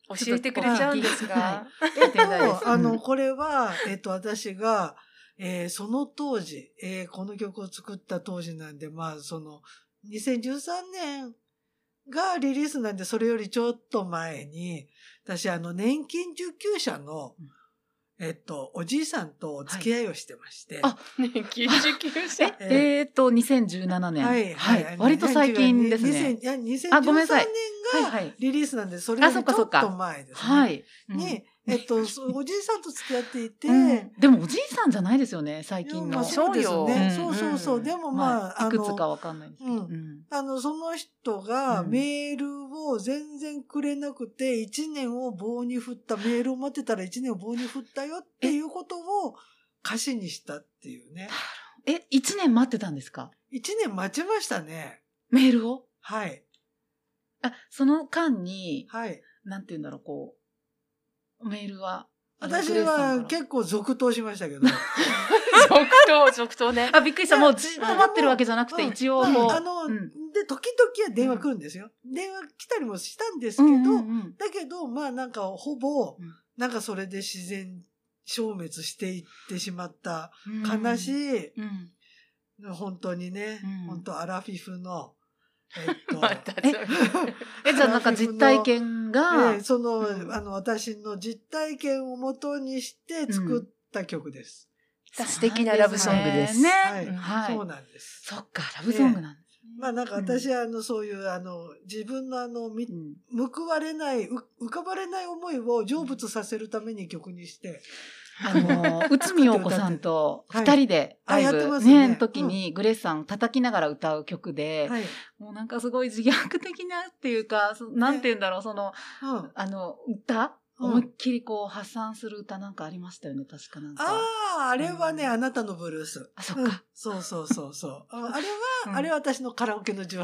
S1: あ
S3: 教えてくれちゃうんです
S1: は
S3: か
S1: やってみたいです
S2: あ
S1: う
S2: の、
S1: ん
S2: これは、えっと、私が、えーその当時、えーこの曲を作った当時なんで、まあ、その、2013年がリリースなんで、それよりちょっと前に、私、あの、年金受給者の
S1: うん、
S2: えっと、おじいさんとお付き合いをしてまして、
S1: あ
S3: ね、救急車。
S2: えー
S1: えっと、2017年。
S2: はい、はい、あの
S1: 割と最近ですね。
S2: 2000いや2013
S1: あごめんな
S2: 年
S1: さいはい、
S2: が
S1: はい。
S2: リリースなんで、それよりち
S1: あそ
S2: ょ
S1: っかそっ
S2: っ
S1: か
S2: と前ですね。
S1: はい。うん
S2: に、えっと、そうおじいさんと付き合っていて、
S1: うんでもおじいさんじゃないですよね、最近
S2: いやま
S1: の。
S2: あそうですね。
S1: うん
S2: そうそうそう。
S3: うん
S2: でもまあ、あ
S1: いくつか
S2: の、
S1: わかんないですけど。
S2: うん
S1: うん
S2: あの、その人が
S1: うん
S2: メールを全然くれなくて、1年を棒に振った、メールを待ってたら1年を棒に振ったよっていうことを歌詞にしたっていうね。
S1: え、1年待ってたんですか
S2: 1年待ちましたね。
S1: メールを
S2: はい。
S1: あ、その間に、
S2: はい。
S1: なんて言うんだろう、こう、メールは。あの
S2: 私
S1: グレースさん
S2: は
S1: から
S2: 結構続投しましたけど。
S3: 続投、続投ね。
S1: あ、びっくりした。もうじっと
S2: いや
S1: 待ってるわけじゃなくて、
S2: うん
S1: 一応
S2: ま
S1: もう。
S2: ああの、
S1: うん
S2: で、時々は電話来るんですよ。電話来たりもしたんですけ
S1: う
S2: ど、
S1: んうんうん
S2: だけど、まあなんかほぼ
S1: うん、
S2: なんかそれで自然消滅していってしまった、
S1: うん
S2: 悲しい、
S1: うん
S2: 本当にね、
S1: うん
S2: 本当アラフィフの、えっ と、
S3: また続投
S1: え、じゃあなんか実体験が、
S2: ねその、
S1: うん
S2: あの、私の実体験をもとにして作った曲です。
S3: 素敵なラブソングです
S1: ね。
S2: はい、
S3: うん
S1: はい
S2: そうなんです。
S1: そっか、ラブソングなんです。
S2: まあなんか私は、あの、そういう、あの、自分のあの、み
S1: うん
S2: 報われない、う浮かばれない思いを成仏させるために曲にして、
S1: あ の、内海洋子さんと
S2: はい
S1: 二人でライ
S2: あやって
S1: ブ
S2: ま
S1: ね、
S2: すね
S1: の時にグレースさん叩きながら歌う曲で、
S2: はい。
S1: もうなんかすごい自虐的なっていうか、そなんて言うんだろう、その、
S2: うん
S1: あの、歌
S2: うん
S1: 思いっきりこう発散する歌なんかありましたよね、確かなんか。
S2: ああ、あれはね、
S1: うん
S2: あなたのブルース。
S1: あそっ
S2: うん
S1: か。
S2: そうそうそうそう。ああれは、
S1: うん
S2: あれは私のカラオケの18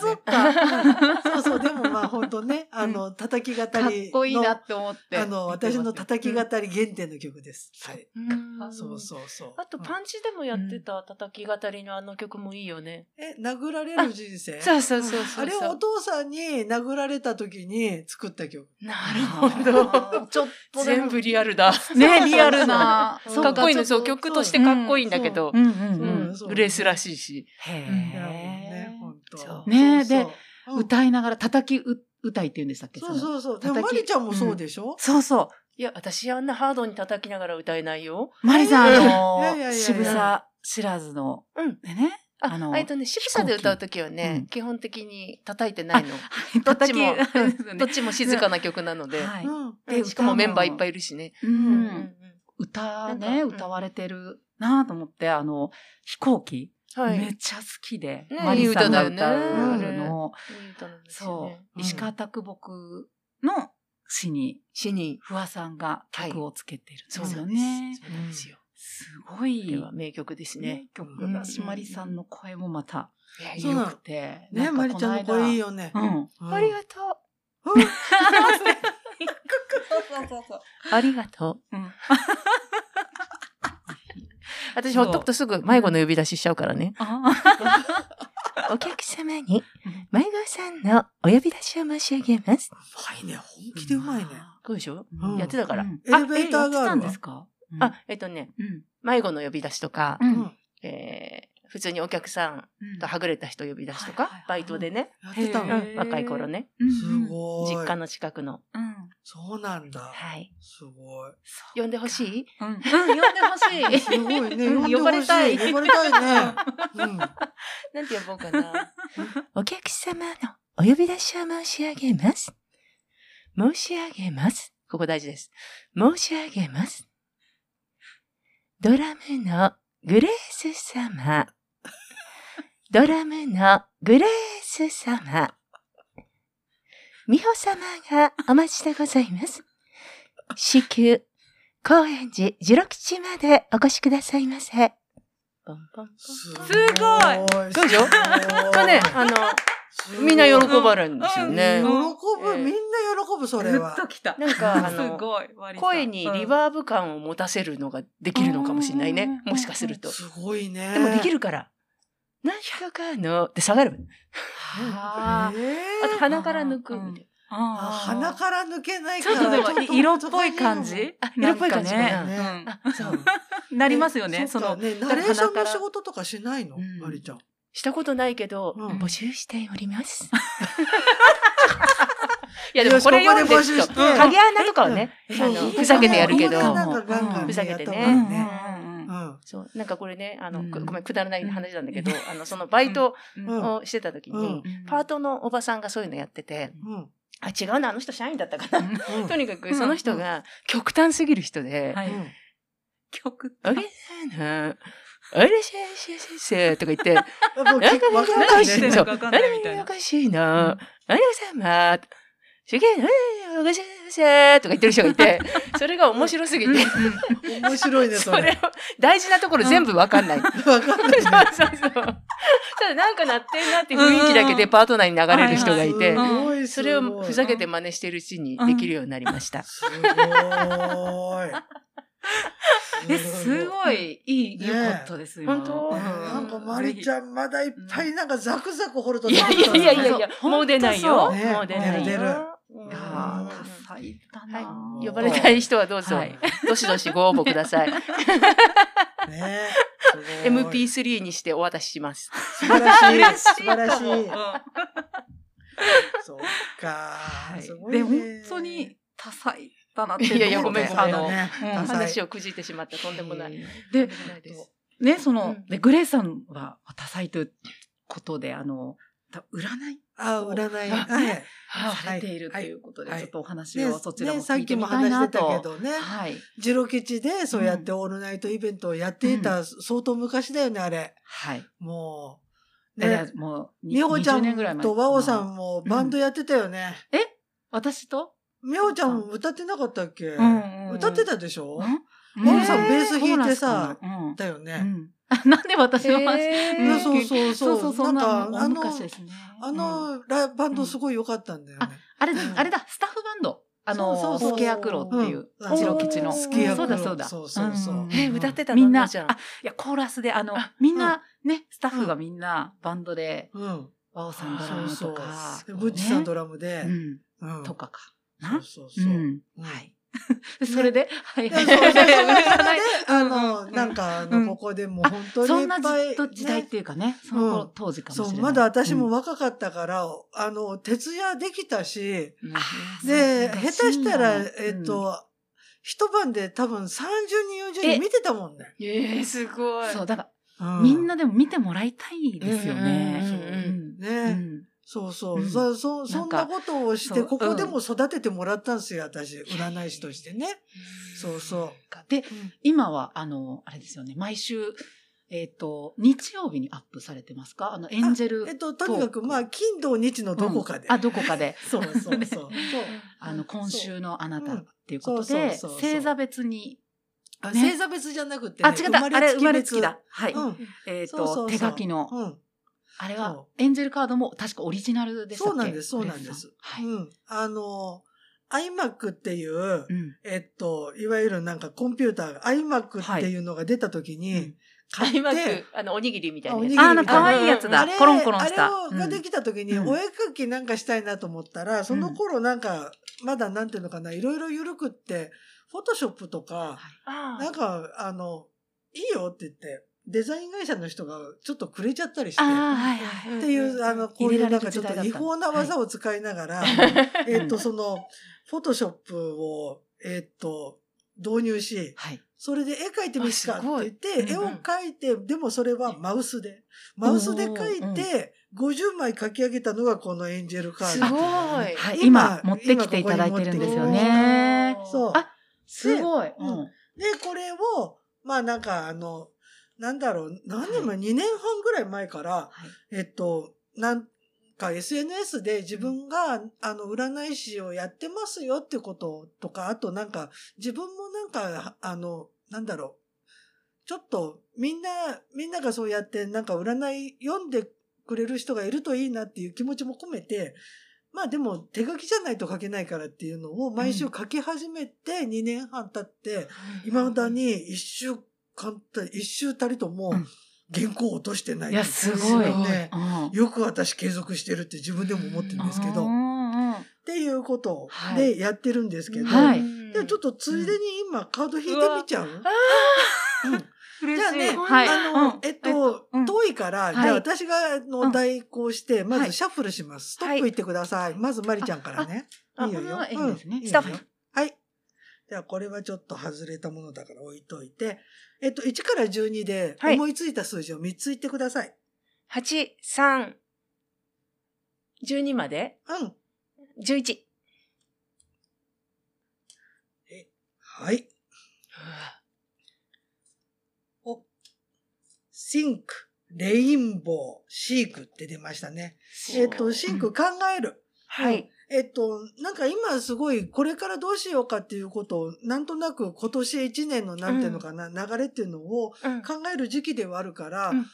S1: あ、
S2: ね。
S1: そっか。
S2: そうそう、でもまあ本当ね、あの、叩き語りの。
S1: かっこいいなって思って。
S2: あの、私の叩き語
S1: が
S2: り原点の曲です。はい。
S3: うん
S2: そうそうそう。
S3: あと、パンチでもやってた叩き語りのあの曲もいいよね。
S2: うんえ、殴られる人生
S3: うそうそう
S2: あれをお父さんに殴られた時に作った曲。
S3: なるほ ど。
S1: ちょっとでも
S3: 全部リアル だ。
S1: ね、リアルな。
S2: そう
S1: そ
S3: か
S1: か
S3: っこいいの、
S2: ちょ
S3: そ
S2: っ
S3: う、
S2: と
S3: 曲としてかっこいいんだけど
S1: う。んう
S3: うん
S1: うん。
S3: ん
S2: そう
S3: グレースらしいし。
S2: いや、もうね、
S1: へ
S2: 本当
S1: うね
S2: そう
S1: で
S2: そ
S1: ー
S2: ううん
S1: 歌いながら叩きう歌いって言うんでしたっけ
S2: そう
S1: う。
S2: そうそう。でも、
S1: 叩
S2: ま
S1: き
S2: りちゃんもそうでしょ
S1: そうそ
S3: いや、私あんなハードに叩きながら歌えないよ。
S1: う。マリさん、
S2: え
S1: あ
S2: ーいやいやいや
S1: の、
S2: いや。
S1: 渋沢知らずの、
S3: うん
S1: でね、
S3: あ、
S1: あ
S3: あ
S1: の
S3: えっとね、渋さで歌うとき
S1: 飛行機
S3: は
S1: うん
S3: ね、基本的に叩いてないの。どっ
S1: 叩
S3: ち
S1: き、
S3: も、
S1: あれですよ
S3: ど
S1: ね
S3: っちも静かな曲なので。
S1: はいう
S2: ん。
S3: うんしかもメンバーいっぱいいるしね。
S1: う
S3: うんうん
S1: ん。歌ね、
S3: なんかうん
S1: 歌われてるなぁと思って、あの、飛行機、
S3: うんはい。
S1: めっちゃ好きで、
S3: ね
S1: マリさんが歌
S2: いい歌だ
S1: う
S2: よ
S3: ね
S1: のを、
S3: いい歌なんですよ
S1: そ
S3: ね。
S1: う、
S2: ん
S1: 石川啄木の詩に、
S3: 死に。
S1: 不破さんが曲をつけてるんですよ
S3: なん
S1: ね。
S3: そうなんですよ。
S1: すご
S3: これ
S1: い
S3: は名曲ですね。
S1: ね、曲
S3: う
S1: が
S3: ん
S1: しまりさんの声もまた
S3: いやい
S2: そう
S3: や
S2: な
S1: 良
S2: の
S1: くて。
S2: ね、
S1: な
S2: ま
S1: ん
S2: り
S1: か
S2: ちゃんの声いいよね。
S1: この間。うん。
S2: うん
S3: ありがと
S2: うん
S3: う。ありがとう。
S1: うん
S3: 私
S1: そ
S3: ほ
S1: う
S3: っとくとすぐ迷子の呼び出ししちゃうからね。
S1: あ
S3: お客様に迷子さんのお呼び出しを申し上げます。
S2: うまいね。本気でうまいね。
S3: こうでしょ
S2: うん
S3: やってたから。
S1: うん
S2: エレベーターが
S1: えやっ
S2: あるわ
S1: てたんですかうん
S3: あ、えっとね、
S1: うん。
S3: 迷子の呼び出しとか、
S1: う。
S2: うんん。
S3: えー普通にお客さん
S1: うん
S3: とはぐれた人呼び出しとか、
S1: はいはいはい
S3: バイトでね、
S2: やってた
S1: へ
S2: の。
S1: ー
S3: うん若い頃ね、
S1: うん
S2: すごい。
S3: 実家の近くの。
S1: うん。
S2: そうなんだ。
S3: はい。
S2: すごい。
S3: 呼んでほしい
S1: うん。うん、呼んでほし
S2: す
S1: い。
S2: ごいね。
S1: うん
S2: 呼んでほし
S1: 呼ばれたい
S2: 呼ばれ たいね。うん。
S3: なんて呼ぼうかな。 お客様のお呼び出しを申し上げます。申し上げます。ここ大事です。申し上げます。ドラムのグレース様。ドラムのグレース様。美穂様がお待ちでございます。至急、高円寺次郎吉までお越しくださいませ。ポンポンポン
S2: す
S1: すごい
S2: ごい。
S3: どうでしょ
S2: すごい
S3: これね、あの、みんな喜ばれるんですよ
S2: 喜
S3: ね。
S2: ぶ、
S3: ええ
S2: みんな喜ぶそれ
S1: ずっ
S2: は。
S1: と来た。
S3: なんか、あ
S1: す
S3: の、
S1: ごい。割りさん
S3: 声にリバーブ感を持たせるのができるのかもしれない
S1: うんうん
S3: ね
S1: うん。うん
S3: もしかすると。
S2: すごいね。
S3: でもできるから、何とかの、で下がる。
S1: あー
S2: ええ
S3: あと鼻から抜くみたい
S1: あー
S2: あ鼻から抜けない
S1: ち
S2: か
S1: ょ
S2: ら。
S1: っとでもい色っぽい感じ
S3: あ色っぽい感じかな
S1: なんかね
S2: ね
S3: な。あ、そう。
S1: うんなりますよね。そ
S2: そっ
S1: の、
S2: かね、ナレーション
S1: 鼻か
S2: の
S1: ら
S2: 仕事とかしないの
S3: うん
S2: ありちゃん。
S3: したことないけど、
S2: うん
S3: 募集しております。いやでも
S2: よし
S3: これ読んで
S2: ここで募集
S3: る
S2: して
S3: と、影穴とかをね、
S2: うん
S3: あ
S2: そう
S3: の、ふざけてやるけ
S2: こ
S3: ど
S2: こで、なんかガンガン
S1: うん
S3: ふざけ
S2: やっ
S3: てね
S2: た
S1: うん
S2: 方が
S1: うん
S2: ね
S1: うんうん
S3: そう、なんかこれね、あの、
S1: うん
S3: ごめん、くだらない話なんだけど、あの、そのバイト
S2: うん
S3: をしてた時に、
S2: うん
S3: パートのおばさんがそういうのやってて、
S2: うん。うん。
S3: あ、違うな、あの人社員だったかな。
S2: うん
S3: とにかく、その人が極端すぎる人で、
S1: は
S2: う
S1: い
S2: ん
S1: 曲
S3: あげさな、あれしゃしゃしゃしゃとか言って、
S2: あもうき
S3: なんか
S2: わかん
S3: お
S2: な
S3: か
S2: い
S3: し
S2: ね
S3: い、
S1: な
S3: そ
S1: ん
S3: う、
S1: かわか
S3: なんん
S1: な
S3: か
S1: いみたいな
S3: おかしいな、あれ様、しげ、あれおかしいせとか言ってる人がいて、それが面白すぎて、
S2: 面白いね、
S3: そ
S2: そ
S3: れを
S2: れ。、
S3: 大事なところ全部わかんない。
S2: わかんない
S3: そう
S2: ね。
S3: そうそう。ただなんか鳴ってんなっていう雰囲気だけでパート内に流れる人がいて
S1: うん、
S2: すごい
S3: それをふざけて真似してるうちにできるようになりました。
S2: すごい。
S1: え、すごい、いい、
S2: ね
S1: 良かったです、今
S3: 本当
S1: う
S2: なんかマリちゃんまだいっぱいなんかザクザク掘ると
S3: いやいやいやいやいや、
S1: そう
S3: もう出ないよ。
S1: 本
S2: 当そう
S3: もう出ない
S2: ね出る
S3: よ。うん
S1: いやー多彩だな
S3: は
S1: ぁ
S3: い呼ばれたい人はどうぞ
S1: はい、
S3: どしどしご応募ください。
S2: ねすごい
S3: MP3 にしてお渡しし ます。
S2: 素晴らしい
S1: 嬉しい
S2: 素晴らし
S1: かもうん
S2: いそうか
S1: はい
S2: すごい
S1: で、
S2: ね
S1: 本当に多彩だなって。
S3: いやいやごめんごめん
S1: あ
S2: あ
S1: の
S2: の、ね
S1: うん
S2: 多彩
S3: 話をくじってしまった、とんでもない。
S1: で
S3: とんもないです
S1: ね、そうの
S3: ん、
S1: で、グレイさんは多彩ということで、あの、た占い
S2: あ占いはい
S1: されているということで、ちょっとお話をそちらも
S2: ねさ
S1: 聞い
S2: っ
S1: て
S2: き
S1: み
S2: も
S1: たい
S2: 話し
S1: な
S2: てたけ
S1: と。
S2: どね
S1: はい。
S2: ジロ基地でそうやってオールナイトイベントをやっていた相当昔だよねあれ
S1: はい。
S2: もう
S1: だから
S2: ね
S1: もう、
S2: 美穂ちゃ
S1: 20年ぐらい
S2: ん
S1: 前
S2: と和尾さんもバンドやってたよね
S1: 私と
S2: 美穂ちゃんも歌ってなかったっけ
S1: うんうん
S2: 歌ってたでしょ
S1: うん
S2: 和尾さんベース弾いてさ
S1: そうなんで
S2: だよ
S1: すか
S2: ね
S1: ねうんなんで私は、
S3: え
S2: い
S1: ん
S2: や
S3: ー
S2: そうそう
S1: そうそ
S2: そうう
S1: そ
S2: なんん
S1: な
S2: か
S1: の
S2: あ
S1: 大
S2: の
S1: 昔ですね。
S2: あ
S1: うん
S2: のラバンドすごい良かったんだよね。
S1: あれ
S2: う、ん
S1: あれだ、スタッフバンド。あ
S2: そうそ
S1: の、
S2: うそう
S1: スケアクロっていう
S2: う、ん
S1: ジロ吉の。
S3: ス
S2: ケアク
S1: そ
S2: ロ
S1: うだそうだ。
S2: そうそうそうん
S3: え、歌ってたの
S1: みんな、あ、
S3: じゃん。
S1: いや、コーラスで、あの、みんな、ね、スタッフがみんな、バンドで、
S2: うん。
S1: ワオさんドラ
S2: そう
S1: ム
S2: そ
S1: と
S2: う
S1: か。。
S2: ブッチさん
S1: ね
S2: ドラムで
S1: う。ん
S2: うん
S1: と。かか。
S2: そう
S1: な
S2: そう
S1: う
S2: そう。
S1: ん。
S2: うん
S1: はい。でそれで、はい。
S2: でそ うそうそうそれであ
S1: うんうんう
S2: の、
S1: ん
S2: なんか、あ
S1: う
S2: の、
S1: ん
S2: ここでもう本当に
S1: そ
S2: い
S1: ん
S2: っぱ。
S1: ないじと時代っ
S2: ね
S1: ていうかね、その頃、
S2: うん
S1: 当時かもしれ
S2: そ
S1: な
S2: う、
S1: い。
S2: まだ私も
S1: うん
S2: 若かったから、あの、徹夜できたし、
S3: うん
S2: で、下手したら、
S1: そうだ
S2: えっと、一晩で多分30人、40
S3: え
S2: 人見てたもんね。
S3: えー、すごい。
S1: そう、だか
S2: う
S1: ら、みんなでも見てもらいたいですよ
S3: うん
S1: ね。
S3: うんう
S1: う
S3: ん
S1: んう
S2: ね。
S1: ん
S2: そうそうう。
S1: ん
S2: そそそんなことをして、
S1: なんか
S2: ここでも育ててもらったんですよ、私。占い師としてね。そうそ
S1: で、
S2: う。
S1: 今は、あの、あれですよね、毎週、えっ、と、日曜日にアップされてますかあの、エンジェル。
S2: えっと、とにかく、まあ、金土日のどこかで。。
S1: うんあ、どこかで
S2: そうそうそう。そう
S1: あの、今週のあなた
S2: う
S1: っ
S2: ん
S1: ていうこと
S2: そう
S1: で、
S2: そうそうそう
S1: 星座別に、
S2: あ
S1: ね
S2: 星座別じゃなくてね、
S1: あ、違った、あれ、生まれつきだ。。はい。
S2: うん。
S1: えっ、と
S2: そうそうそう
S1: 手書きの、
S2: うん。
S1: あれは
S2: そ、
S1: エンジェルカードも確かオリジナルでしたっ
S2: そ
S1: け
S2: うなんです、そうなんで
S1: グ
S2: す
S1: レ。ーさんはい。
S2: うん。あの、iMac っていう
S1: う、ん。
S2: えっと、いわゆるなんかコンピューターが、iMac っていうのが出た時に、買って、
S3: 開幕、あの、おにぎりみたい
S2: あ
S3: なやつ。
S2: おにぎりみたいな
S1: あー、なんか可愛いやつ
S3: うん
S1: だ。
S2: あれ
S1: コロンコロンした。
S2: あれができた時に、
S1: うん
S2: お絵かきなんかしたいなと思ったら、その頃なんか、まだなんていうのかな、いろいろ緩くって、フォトショップとか、
S3: あ
S2: なんか、あの、いいよって言って、デザイン会社の人がちょっとくれちゃったりして、
S1: あ
S2: っ
S1: あ、はいはい。
S2: ていう、あの、こうい
S1: 入れら
S2: う
S1: れ
S2: な
S1: る
S2: んかちょっ
S1: 時代だ
S2: と
S1: った
S2: 違法な技を使いながら、えっと、その、フォトショップを、えっと、導入し、
S1: はい。
S2: それで絵描いてみっか
S3: あすごい
S2: って言って、絵
S3: うん
S2: を
S3: うん
S2: 描いて、でもそれはマウスで。マウスで描いて、50枚描き上げたのがこのエンジェルカー
S3: す
S2: ド。
S3: ごい。
S1: はい、
S2: 今
S1: 今、持ってきていただいてるんですよね。
S2: そう。
S1: あすごい。
S2: うんで、これを、まあなんかあの、なんだろう、何年前、2年半ぐらい前から、
S1: はい
S2: えっと、なんか SNS で自分が、あの、占い師をやってますよってこととか、あとなんか、自分もなんか、あの、なんだろう、ちょっと、みんな、みんながそうやって、なんか占い読んでくれる人がいるといいなっていう気持ちも込めて、まあでも手書きじゃないと書けないからっていうのを毎週書き始めて2年半経って、未だに1週間た、1週たりとも
S1: うん
S2: 原稿を落としてない。
S1: いや、すごい。
S2: よ
S1: ね
S2: ね。よく私継続してるって自分でも思ってるんですけど、
S1: う
S2: っ
S1: んうんうん
S2: ていうこと
S1: はい
S2: でやってるんですけど、
S1: はい
S2: じゃあちょっとついでに今カード引いてみちゃううん
S3: 嬉
S2: じゃあね、
S1: はい
S2: あの、
S1: うん
S2: えっと、
S1: うん
S2: 遠いから、じゃあ私がの代行して、ま
S1: は
S2: ず
S1: い
S2: シャッフルします。スト
S3: は
S2: ッ
S3: い
S2: プ行ってください。まずマリちゃんからね。
S1: あ
S2: いいよ
S1: これ
S2: よ
S1: は。いいんですね
S2: うん
S1: スタッフ
S2: いいよはい。じゃあこれはちょっと外れたものだから置いといて、えっと、1から12で
S3: はい
S2: 思いついた数字を3つ言ってください。
S3: 8、3、12まで
S2: うん。
S3: ?11。
S2: はい。お、シンク、レインボー、シークって出ましたね。えっと、シンク考える。
S3: はい。
S2: えっと、なんか今すごいこれからどうしようかっていうことをなんとなく今年一年のなんていうのかな、流れっていうのを
S3: うん
S2: 考える時期ではあるから、
S3: うんうん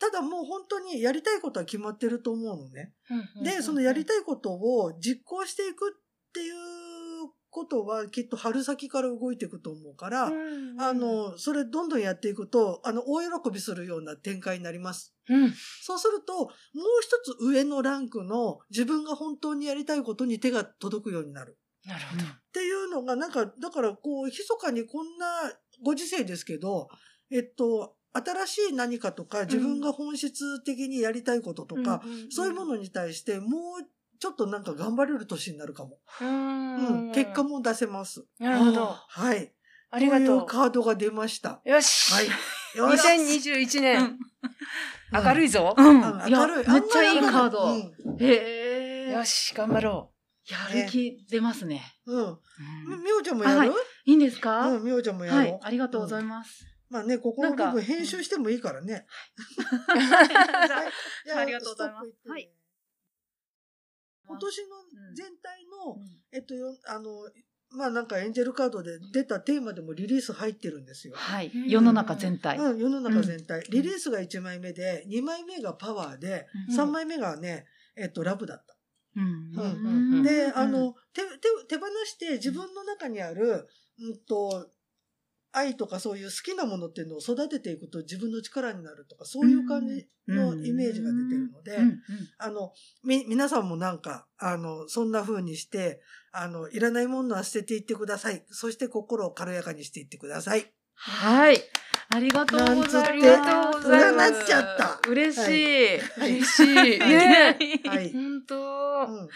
S2: ただもう本当にやりたいことは決まってると思うのね。
S3: うん
S2: で、そのやりたいことを実行していくっていうことはきっと春先から動いていくと思うから、
S3: うん
S2: あ、の、それどんどんやっていくと、あの、大喜びするような展開になります。
S3: うん
S2: そうすると、もう一つ上のランクの自分が本当にやりたいことに手が届くようになる。
S3: なるほど。
S2: っていうのが、なんか、だからこう、密かにこんなご時世ですけど、えっと、新しい何かとか、自分が本質的にやりたいこととか、
S3: んんん
S2: そういうものに対して、もうちょっとなんか頑張れる年になるかも。
S3: う
S2: うん、
S3: ん。
S2: 結果も出せます。
S3: なるほど。
S2: はい。
S3: ありが
S2: こというカードが出ました。
S3: う。よ し。
S2: はい。よし
S3: 2021年、明るいぞ。
S1: うん
S2: うん
S1: いや
S2: 明るい。
S1: めっちゃいい
S2: あんまり
S1: カード。
S2: 明るい
S1: へえ。
S3: よし、頑張ろ
S1: やる気出ますね。
S2: うん。うん
S1: う
S2: み
S1: ん
S2: みおちゃんもやる、
S1: あいいんですか
S2: うん、みおちゃんもやろう。
S1: はい。ありがとうございます。
S2: まあね、ここの部
S1: なんか
S2: 分編集してもいいからね。
S3: う。
S2: はいじゃ
S1: ありがとうございます
S2: ストップってね
S1: はい
S2: 今年の全体の、
S1: うん
S2: えっと、よあの、まあなんかエンジェルカードで出たテーマでもリリース入ってるんですよ。
S1: はい
S3: うん。
S1: 世の中全体。
S2: うん、世の中全体、リリースが1枚目で、2枚目がパワーで、
S1: うん
S2: 3枚目がね、えっと、ラブだった。
S1: うん
S2: うん
S3: うん
S2: で、あ、の、手、手、手放して自分の中にある、うんと、愛とかそういう好きなものっていうのを育てていくと自分の力になるとか、そういう感じのイメージが出てるので、
S1: うんうん
S2: あの、み、皆さんもなんか、あの、そんな風にして、あの、いらないものは捨てていってください。そして心を軽やかにしていってください。
S1: はい。ありがとうございます。
S2: なん
S3: ありがとうございます。
S2: 占っちゃった
S3: 嬉しい。
S2: はい
S3: 嬉しい。
S2: はい
S3: ね
S2: はい
S3: 本
S2: う
S3: 当。
S2: ん。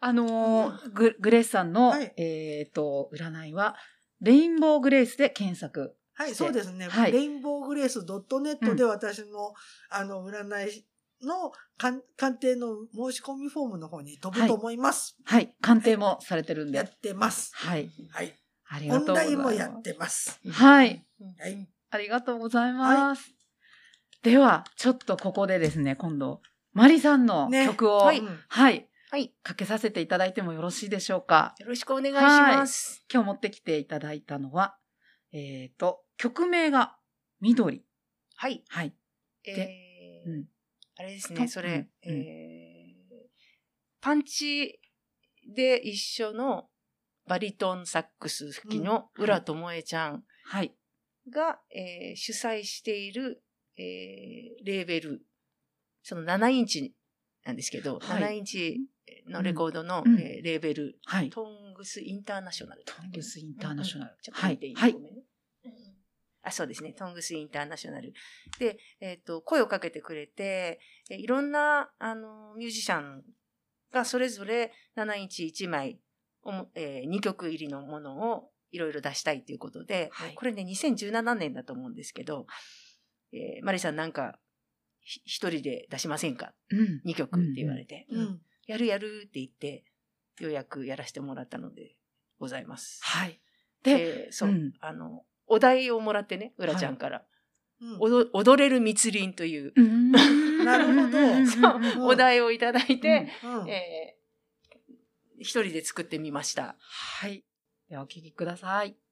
S1: あのーグ、グレースさんの、
S2: はい
S1: えっ、と、占いは、レインボーグレースで検索。
S2: はい、そうですね。
S1: はい
S2: レインボーグレース .net で私の、あの、占いの鑑鑑定の申し込みフォームの方に飛ぶと思います。
S1: はい。鑑定もされてるん
S2: や
S1: で。
S2: ってます。
S1: はい。
S2: はい。
S1: あり
S2: オ
S1: が
S2: ン
S1: とうご
S2: ラ
S1: ざ
S2: イ
S1: い
S2: ン
S1: ま
S2: も
S1: す。
S2: やってます。
S1: はい。
S2: はい。
S1: ありがとうございます。では、ちょっとここでですね、今度、マリさんの
S2: ね
S1: 曲を、
S3: は
S1: はいい、
S3: はい。
S1: かけさせていただいてもよろしいでしょうか。
S3: よろしくお願いします。
S1: 今日持ってきていただいたのは、えっ、と、曲名が、緑。
S3: はい。
S1: はい。
S3: え
S1: う
S3: ー
S1: ん。
S3: あれです
S1: う
S3: ね、
S1: ん
S3: それ、
S1: うん
S3: えーパンチで一緒のバリトンサックス吹きの浦智恵ちゃん
S1: はい。
S3: が、えー主催している、えーレーベル、その7インチなんですけど、
S1: はい
S3: 7インチのレコードの、
S1: うん
S3: えーレーベル、
S1: はい。
S3: トングスインターナショナル。
S1: トングスインターナショナル
S3: うんちょっと見ていい、
S1: はい
S3: ごめんねあそうですね。トングスインターナショナル。で、えっ、と、声をかけてくれて、えいろんな、あの、ミュージシャンがそれぞれ7インチ1枚、おもえ2曲入りのものをいろいろ出したいということで、
S1: はい
S3: これね、2017年だと思うんですけど、えーマリさんなんか、ひ一人で出しませんか
S1: うん。
S3: ?2 曲って言われて、
S2: うん。
S3: やるやるって言って、ようやくやらせてもらったのでございます。
S1: はい。で、
S3: で、そう、
S1: うん
S3: あの、お題をもらってね、うらちゃんから、
S2: うん
S3: おど踊れる密林という、
S1: な
S2: るほど
S3: そう
S2: うん
S3: お題をいただいて、
S2: うん
S3: えー一人で作ってみました。
S1: はい。ではお聞きください。
S5: 「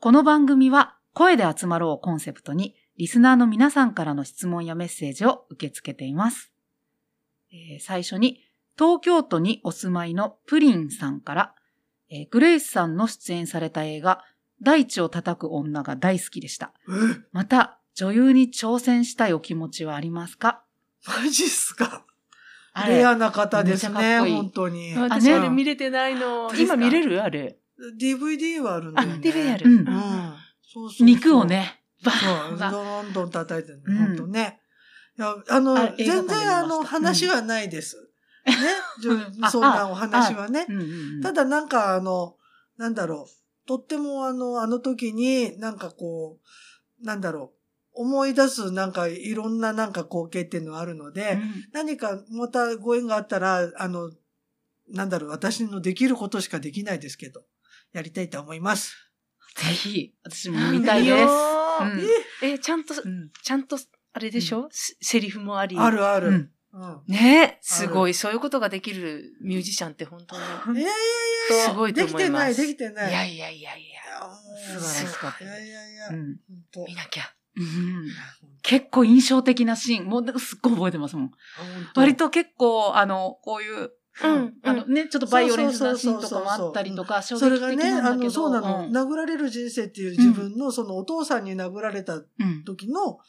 S1: この番組は声で集まろうをコンセプトにリスナーの皆さんからの質問やメッセージを受け付けています。えー最初に東京都にお住まいのプリンさんから、えーグレイスさんの出演された映画大地を叩く女が大好きでした。また女優に挑戦したいお気持ちはありますか
S2: マジっすか。
S1: あ
S2: レ
S1: れ、
S2: アな方です
S1: めっちゃ
S2: ね、
S1: かっこいい
S2: 本当に。
S1: あ
S3: 私
S1: ね
S3: あれ見れてないの。
S1: ですか
S3: 今見れるあれ。
S2: DVD はあるん
S3: あ、
S2: だよね。
S3: DVD あ
S1: う
S3: る。
S1: ん
S2: うん。そうそうそう
S1: 肉を。ね、バ
S2: そ
S1: ー
S2: う、
S1: ンバーン
S2: どんどん叩いてる
S1: う
S2: の、
S1: ん
S2: 本当ね。いや、あの
S1: あ、映画館で
S2: 全
S1: 見まし
S2: 然
S1: た
S2: あの、話はないです。 ねじ
S1: うん
S2: ゅ。そんなお話はね
S1: う。んうんうん
S2: ただなんかあの、なんだろう。とってもあの、あの時になんかこう、なんだろう。思い出すなんかいろんななんか光景っていうのはあるので、
S1: うん
S2: 何かまたご縁があったら、あの、なんだろう、私のできることしかできないですけど、やりたいと思います。
S1: ぜひ、私も見たい
S3: よ
S1: です。
S3: ー
S1: うん
S3: え、ちゃんと、
S1: うん
S3: ちゃんと、あれでしょせセリフもあり。
S2: あるあ
S1: う
S2: る。
S1: ん
S2: うん
S3: ねすごい。そういうことができるミュージシャンって本当に。
S2: いやいやい
S3: すご
S2: や、
S3: いと
S2: でき
S3: 思い
S2: て
S3: ま
S2: な
S3: す。
S2: い、できてない。
S3: いやいやいやいや。
S2: やもう
S1: 素晴らしかった
S2: いやいやいや、
S1: う
S2: 本
S1: ん
S2: 当。
S3: 見なきゃ。
S1: うん結構印象的なシーン、もうすっごい覚えてますもん。
S2: 本当
S1: 割と結構、あの、こういう、
S3: うん
S1: あのね、ちょっとバイオレンスなシーンとかもあったりとか、衝
S2: それ
S1: 撃
S2: が
S1: 的
S2: ね、
S1: な
S2: あ
S1: んだけ
S2: の、
S1: ど。
S2: そうなの、
S1: ん
S2: 殴られる人生っていう自分の、そのお父さんに殴られた
S1: うん
S2: 時の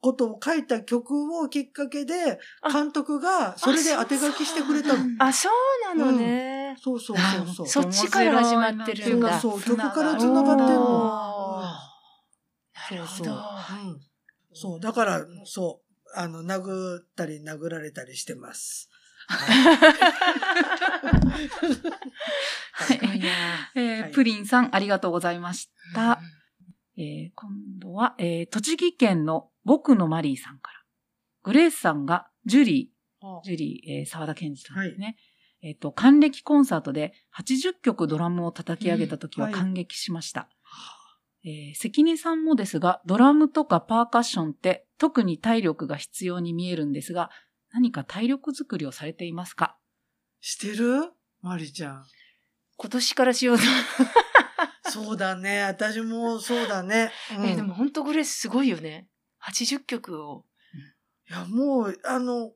S2: ことを書いた曲をきっかけで、
S3: あ
S2: 監督がそれで当て書きしてくれたの。
S3: あ、そうなのね。
S2: そうそうそうそう。
S3: そっちから始まってるんだ。
S2: そう曲から
S1: おー
S2: 繋がってんの
S3: おーなるほ
S2: そう
S3: ど。
S2: うんそう、だから、そう、あの、殴ったり殴られたりしてます。
S3: すごいな。
S1: えー
S2: はい
S1: プリンさん、ありがとうございました。えー今度は、えー栃木県の僕のマリーさんから。グレースさんがジュリー、ジュリー、えー沢田健二さんですね。えっ、と、還暦コンサートで80曲ドラムを叩き上げた時は
S2: うんはい
S1: 感激しました。えー関根さんもですが、ドラムとかパーカッションって特に体力が必要に見えるんですが、何か体力作りをされていますか
S2: してるマリちゃん。
S3: 今年からしようと。
S2: そうだね。私もそうだね。うん
S3: え、でも本当グレースすごいよね。80曲を
S2: いや、もう、あの、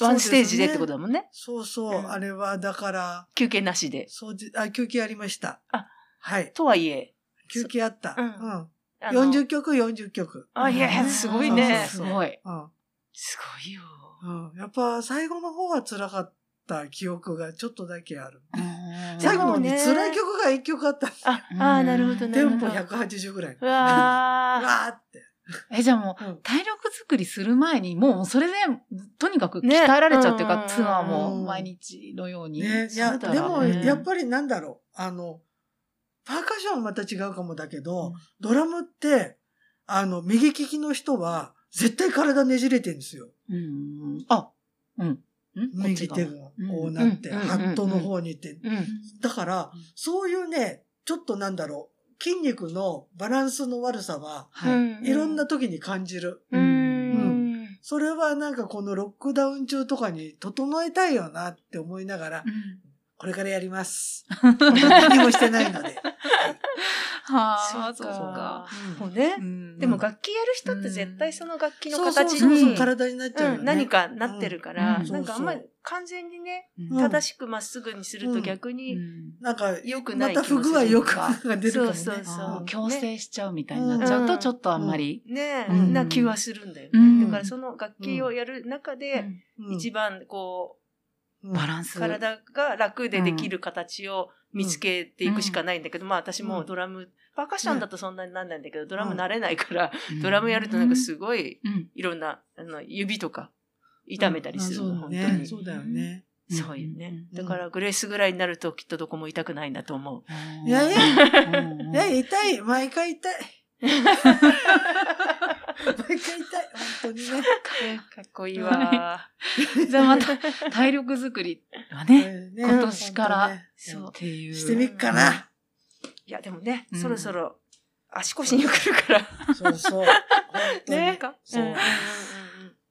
S3: ワンステージでってこと
S2: だ
S3: だもんね。
S2: そうそう。
S3: うん
S2: あれは、だから、
S3: 休憩なしで。
S2: そうじ、あ、休憩ありました。
S3: あ、
S2: はい。
S3: とはいえ。
S2: 休憩あった。
S3: う
S2: うんん。
S3: あの
S2: 40曲、40曲。
S3: あ、いやいや、すごいね。
S1: すごい。
S2: うん。
S3: すごいよ。
S2: うん。やっぱ、最後の方は辛かった記憶がちょっとだけある。
S3: で
S2: 最後
S3: も
S2: の方に辛い曲が1曲あった。
S3: あ
S1: う、ん
S3: あーなるほどね。
S2: テンポ
S3: なるほ
S2: 180ぐらい。
S3: どうわ
S2: う
S3: ー。
S2: わーって。
S1: え、じゃあもう、
S2: うん
S1: 体力作りする前に、もうそれで、とにかく鍛
S3: ね
S1: えられちゃうっていうか、
S3: うん
S1: ツアーも毎日のように。
S2: ね、い
S3: そ
S2: や、
S3: うだ
S2: で
S3: ろ
S2: も、
S3: うね
S2: やっぱりなんだろう。あの、パーカッションはまた違うかもだけど、
S1: うん
S2: ドラムって、あの、右利きの人は、絶対体ねじれてるんですよ。
S1: うん。あ、うん。んこっち
S2: 右
S1: が
S2: 手が、こうなって、
S3: うんうん
S2: ハットの方にって。
S3: うん。
S2: だから
S1: うん、
S2: そういうね、ちょっとなんだろう、筋肉のバランスの悪さは、
S1: はい。
S2: いろんな、時に感じる。
S1: う
S3: う
S1: ん
S3: ん。
S2: それはなんかこのロックダウン中とかに整えたいよなって思いながら、これからやります。何もしてないので。
S1: はあ、そ
S3: そうう
S1: か
S3: か。もうね
S1: う。ん
S3: でも楽器やる人って絶対その楽器の
S2: そうそう
S3: 形
S2: そうそう
S3: に、
S2: 体になっちゃうよ
S3: う
S2: ね。
S3: ん、何かなってるから、
S1: うん
S3: なんかあんまり
S2: そう
S3: 完全にね、
S1: うん
S3: 正しくまっすぐにする
S2: う
S3: と
S2: ん
S3: 逆
S1: う
S3: に
S1: ん
S2: なんか、
S3: 良くな
S2: ま
S3: い
S2: た
S3: 気
S2: 不
S3: もす
S2: 具
S3: る
S2: 合
S3: と
S2: よく
S3: か
S2: が出るかもね。
S3: そうそうそう
S1: あー
S2: ん
S1: 強制しちゃうみたいになっちゃうと、ちょっとあんまり。
S3: ね、
S1: うん
S3: な気はするんだよ
S1: う
S3: ね、
S1: ん
S3: だからその楽器をやる中で、
S2: うん
S3: 一番こ
S2: うん
S1: バランス。
S3: う、体が楽でできる形を見つけていくしかないんだけど、まあ私もドラム、パーカッションだとそんなになんないんだけど、ドラム慣れないから、
S1: うん
S3: ドラムやるとなんかすごい、
S1: うん。
S3: いろんな、あの、指とか、痛めたりするの、
S2: うんあ
S3: 本
S2: そう
S3: 当
S2: だね
S3: に。
S2: そうだよね。
S3: そうよね。
S2: うん
S3: だから、グレースぐらいになると、きっとどこも痛くないんだと思う。
S2: いやいや
S1: うんうん
S2: いや、痛い。毎回 痛い。毎回痛い。本当にね。
S3: かっこいい
S1: わ
S3: わ。
S1: じゃあまた、体力作りはね、
S2: ね
S1: 今年から
S2: そう
S1: っていう。
S2: してみっかな。
S3: いや、でもね、
S1: うん
S3: そろそろ、足腰にくるから。
S2: そうそう。本当に
S3: ね。
S2: そう
S3: うんうんうんうん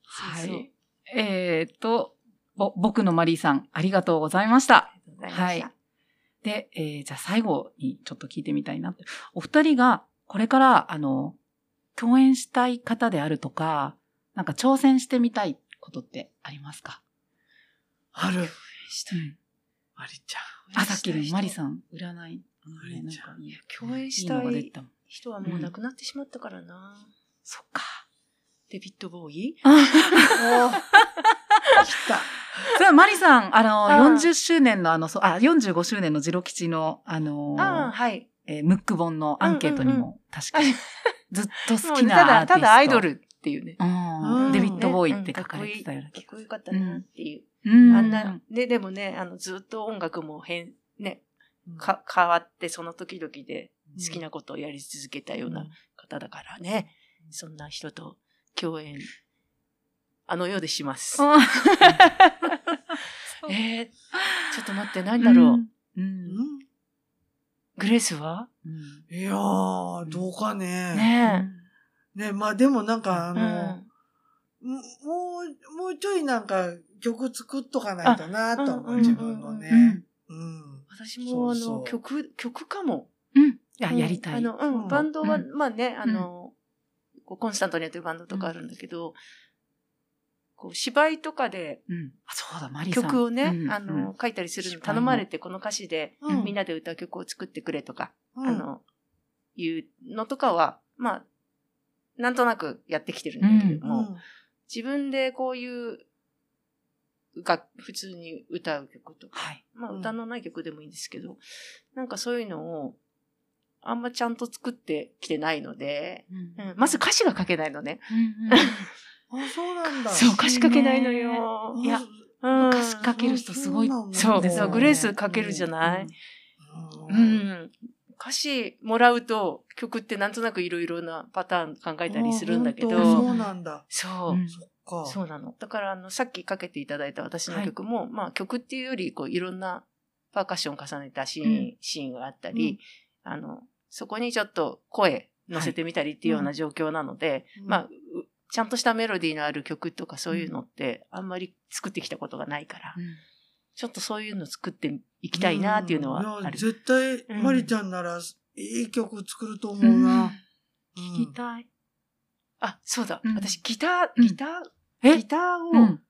S1: は
S3: そうそう
S1: い。えっ、と、ぼ、僕のマリーさん、ありがとうございました。
S3: ありがとうございました
S1: はい。。で、えーじゃあ最後にちょっと聞いてみたいなって。お二人がこれから、あの、共演したい方であるとか、なんか挑戦してみたいことってありますか
S2: ある。
S1: うん
S2: マリちゃん。
S1: あ、さっきのマリさん、占い。あのね
S2: マリ
S1: なん
S2: ちゃ
S1: かいい
S3: 共演し
S1: い
S3: た
S1: いのが出
S3: い
S1: てたもん。
S3: 人はもう亡くなってしまったからな。
S1: そっか。
S3: デビッド・ボーイ
S2: おー来た。
S1: それはマリさん、あ
S3: あ
S1: の、
S3: ー
S1: 40周年のあの、そうあ、45周年のジロ吉の、あのー
S3: ああ、はい。
S1: えームック本のアンケートに
S3: うんうん
S1: も、確 かに、ずっと
S3: も
S1: 好
S3: う
S1: き
S3: ね
S1: な
S3: た
S1: アーテ
S3: だ、
S1: ィスト。
S3: ただアイド。ルっていうね。
S1: う。
S2: うんん
S1: デビッド・ボー
S3: ね
S1: イって書かれてたような
S3: かっ
S1: 気
S3: こよかったなっていう。
S1: うん
S3: あんな、で、でもね、あの、ずっと音楽も変、ね、か、変わって、その時々で好きなことをやり続けたような方だからね。そんな人と共演、あの世でします。えー、ちょっと待って、何だ
S1: う。
S3: ろう。
S1: う。
S2: うんん
S3: グレースは
S1: うん
S2: いやー、どうかね。
S3: ね
S2: ねまあでもなんかあ
S3: え。
S2: の、もう、もうちょいなんか曲作っとかないとなと
S3: あ
S2: 思
S3: う
S2: う、
S3: ん
S2: 自分の
S3: う
S2: ね。うん。
S3: 私も
S2: そ
S3: あの
S2: うそう
S3: 曲、曲かも。
S1: うん。いや、
S3: うん
S1: やりた
S3: あ
S1: い。
S3: の、うん
S2: うん
S3: バンドは、
S1: うん
S3: まあね、あの、こうコンスタントにやってるバンドとかあるんだけど、こう芝居とかで
S1: うんあそうだ、マリさん。
S3: 曲をね、
S1: うん
S3: あの、、書いたりするのに頼まれて、この歌詞で
S2: うん
S3: みんなで歌う曲を作ってくれとか、
S2: うん
S3: あの、いうのとかは、まあ、なんとなくやってきてるんだけれども、自分でこういう、が普通に歌う曲とか、
S1: はい。
S3: まあ
S2: うん
S3: 歌のない曲でもいいんですけど、なんかそういうのを、あんまちゃんと作ってきてないので、うんまず歌詞が書けないのね。
S2: うんあ、そうなんだ。
S3: そう、
S1: う
S3: 歌詞書けないのよ。いや、うん
S1: 歌詞書ける人すごい。
S3: そう
S1: ですよね
S3: グレース書けるじゃない
S2: うん
S3: うん。歌詞もらうと曲ってなんとなくいろいろなパターン考えたりするんだけ
S2: あ本当
S3: ど、
S2: そうなんだ。
S3: そう。
S1: うん
S2: そっか。
S3: そうなの。だから、あの、さっきかけていただいた私の曲も、まあ曲っていうより、こう、いろんなパーカッション重ねたシーン、
S1: うん
S3: シーンがあったり、あの、そこにちょっと声乗せてみたりっていうような状況なので、
S2: うん
S3: まあ、うちゃんとしたメロディーのある曲とかそういうのって、あんまり作ってきたことがないから、ちょっとそういうの作っていきたいなっていうのは
S2: うんい
S3: あ
S2: や
S3: る。
S2: 絶対、
S3: うん
S2: マリちゃんなら、いい曲作ると思うな。うん
S1: 聞きたい。
S3: あ、そうだ。
S1: うん
S3: 私、ギタ
S1: う
S3: ー、
S1: ん
S3: ギター、
S1: え
S3: ギターを、
S1: うん。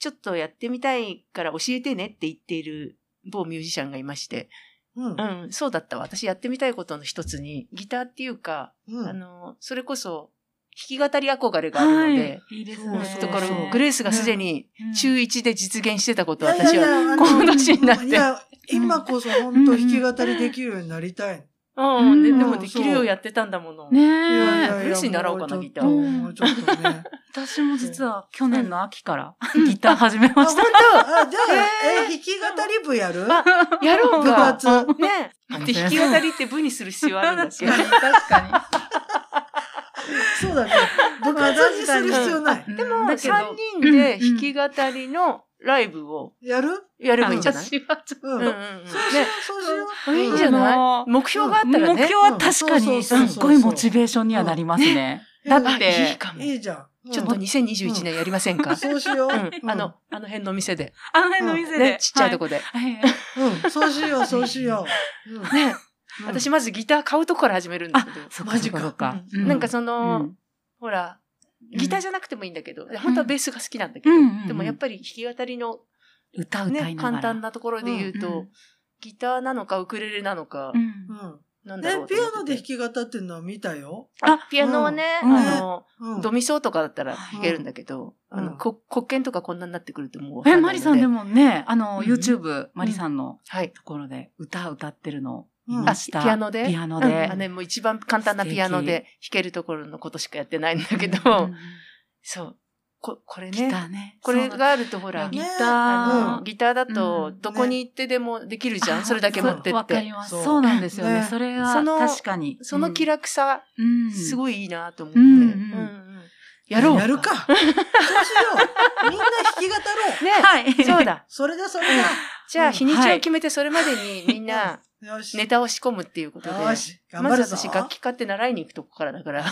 S3: ちょっとやってみたいから教えてねって言っている某ミュージシャンがいまして、
S2: うん
S3: う。ん、そうだったわ。私やってみたいことの一つに、ギターっていうか、
S2: うん
S3: あの、それこそ弾き語り憧れがあるので、
S1: いいです
S2: は
S1: ね
S2: い
S3: だから
S2: そうそう
S3: グレースがすでに
S1: うん
S3: 中1で実現してたこと
S2: い
S3: を
S2: やいや
S3: 私
S2: い
S3: は、
S2: やあの
S3: この年になって
S2: いや、今こそ本当弾き語りできるようになりたい。
S3: う
S1: うん
S3: ん、でで
S2: う
S3: も
S2: ん
S3: できるようやってたんだもの。
S1: ね
S2: いやいやい
S1: え。
S2: や
S3: グレースに習おうかな
S2: も
S3: ギ
S2: ち
S3: タ
S2: ょ
S3: ー
S2: っともうちょっとね。
S1: 私も実は去年の秋からギター始め
S2: あ、
S1: まし
S2: 本
S1: た。
S2: 当あ、じゃあ、え、弾き語り部やる
S3: あやろう
S2: 部
S3: が。
S2: 活。あ
S3: ねえ。で、弾き語りって部にする必要あるんだ っけ
S1: 確か
S2: そうだね。部活にする必要ない。
S1: に。
S3: でも、
S1: うんだけど
S3: 3人で弾き語りのライブを
S2: やる
S3: やればいいんじゃない
S1: 私はちょっと。
S2: うん。
S3: うんうん
S2: ね
S3: うんね
S2: そうしよう。
S3: いいんじゃ
S1: あ
S3: な
S1: の
S3: い目標があったらね。
S1: 目標は確か
S2: う
S1: に
S2: ん
S1: す
S2: そうそうそうそう
S1: っごいモチベーションにはなりますね。
S2: うんうん
S1: だっ
S3: あいい
S1: て、
S3: かも。
S2: いいじゃん。うん
S3: ちょっと2021年やりません か、
S2: そうしよう。
S3: うん
S2: うん
S3: あの、、あの辺の店で。
S1: あの辺の店で
S3: ね、。ちっちゃいとこで。
S1: はい。はい
S2: うん、そうしよう、そうしよう。うん
S3: ね、
S2: うん
S3: 私まずギター買うとこから始めるんだけど。
S1: そっかそっかそっか。
S3: うんなんか
S1: の、
S3: その、
S1: うん
S3: ほら、
S1: うん
S3: ギターじゃなくてもいいんだけど、本当はベースが好きなんだけど、
S1: うんうんうん
S3: でもやっぱり弾き語りの
S1: 歌歌
S3: ね
S1: い、ながら。
S3: 簡単なところで言うと、
S1: うん
S3: ギターなのかウクレレなのか
S1: う、ん。
S2: うん。
S3: なんだろ
S2: ね
S3: う、と
S2: ピ
S3: 思
S2: アノ
S3: って
S2: で
S3: て
S2: 弾き語ってるのは見たよ。
S3: あ、ピアノはね、
S1: うん
S3: あの、
S2: うん。
S3: ドミソとかだったら弾けるんだけど、
S2: うん
S3: あの、こ黒鍵とかこんなになってくるともうわか
S1: え、
S3: んな
S1: マ
S3: いので。
S1: リさんでもね、あの、
S3: うん
S1: YouTube、マリさんの
S3: はい。
S1: ところで歌歌ってるのを
S2: うん
S1: 見ました。
S3: あピアノで
S1: ピアノ
S3: うん
S1: で
S3: あ。の、もう一番簡単なピアノで弾けるところのことしかやってないんだけど、
S1: うん
S3: そう。こ、これ
S1: ギター
S3: ね。
S1: ね。
S3: これ
S1: そうだ、
S3: があるとほら、
S1: ギ
S2: ね
S1: ター
S3: あの、ギターだと、
S1: うん
S3: どこに行ってでもできるじゃん、
S1: あ
S3: それだけ持って
S1: そうわ
S3: っ
S1: か
S3: て
S1: り。ます。
S2: そう
S1: そうなんですよね。
S2: ね
S1: それは
S3: その
S1: 確かに。
S3: その気楽さ、
S1: うん、
S3: す
S1: い。
S3: ごいいいなと思って。
S1: う
S3: うんん
S1: うん
S3: うんやろう。
S2: やるか。そうしよ う。みんな弾き語ろう。
S3: ね。
S1: はい。
S3: そうだ。
S2: それだ、それ
S3: じゃ
S2: う
S3: あ、
S2: ん
S3: 日にち
S1: は
S3: を
S1: い
S3: 決めて、それまでにみん な
S2: だ。よし。
S3: ネタを仕込むっていうことで。
S2: よし。頑
S3: ま
S2: 張
S3: ず
S2: るぞ。
S3: 私楽器買って習いに行くとこからだから。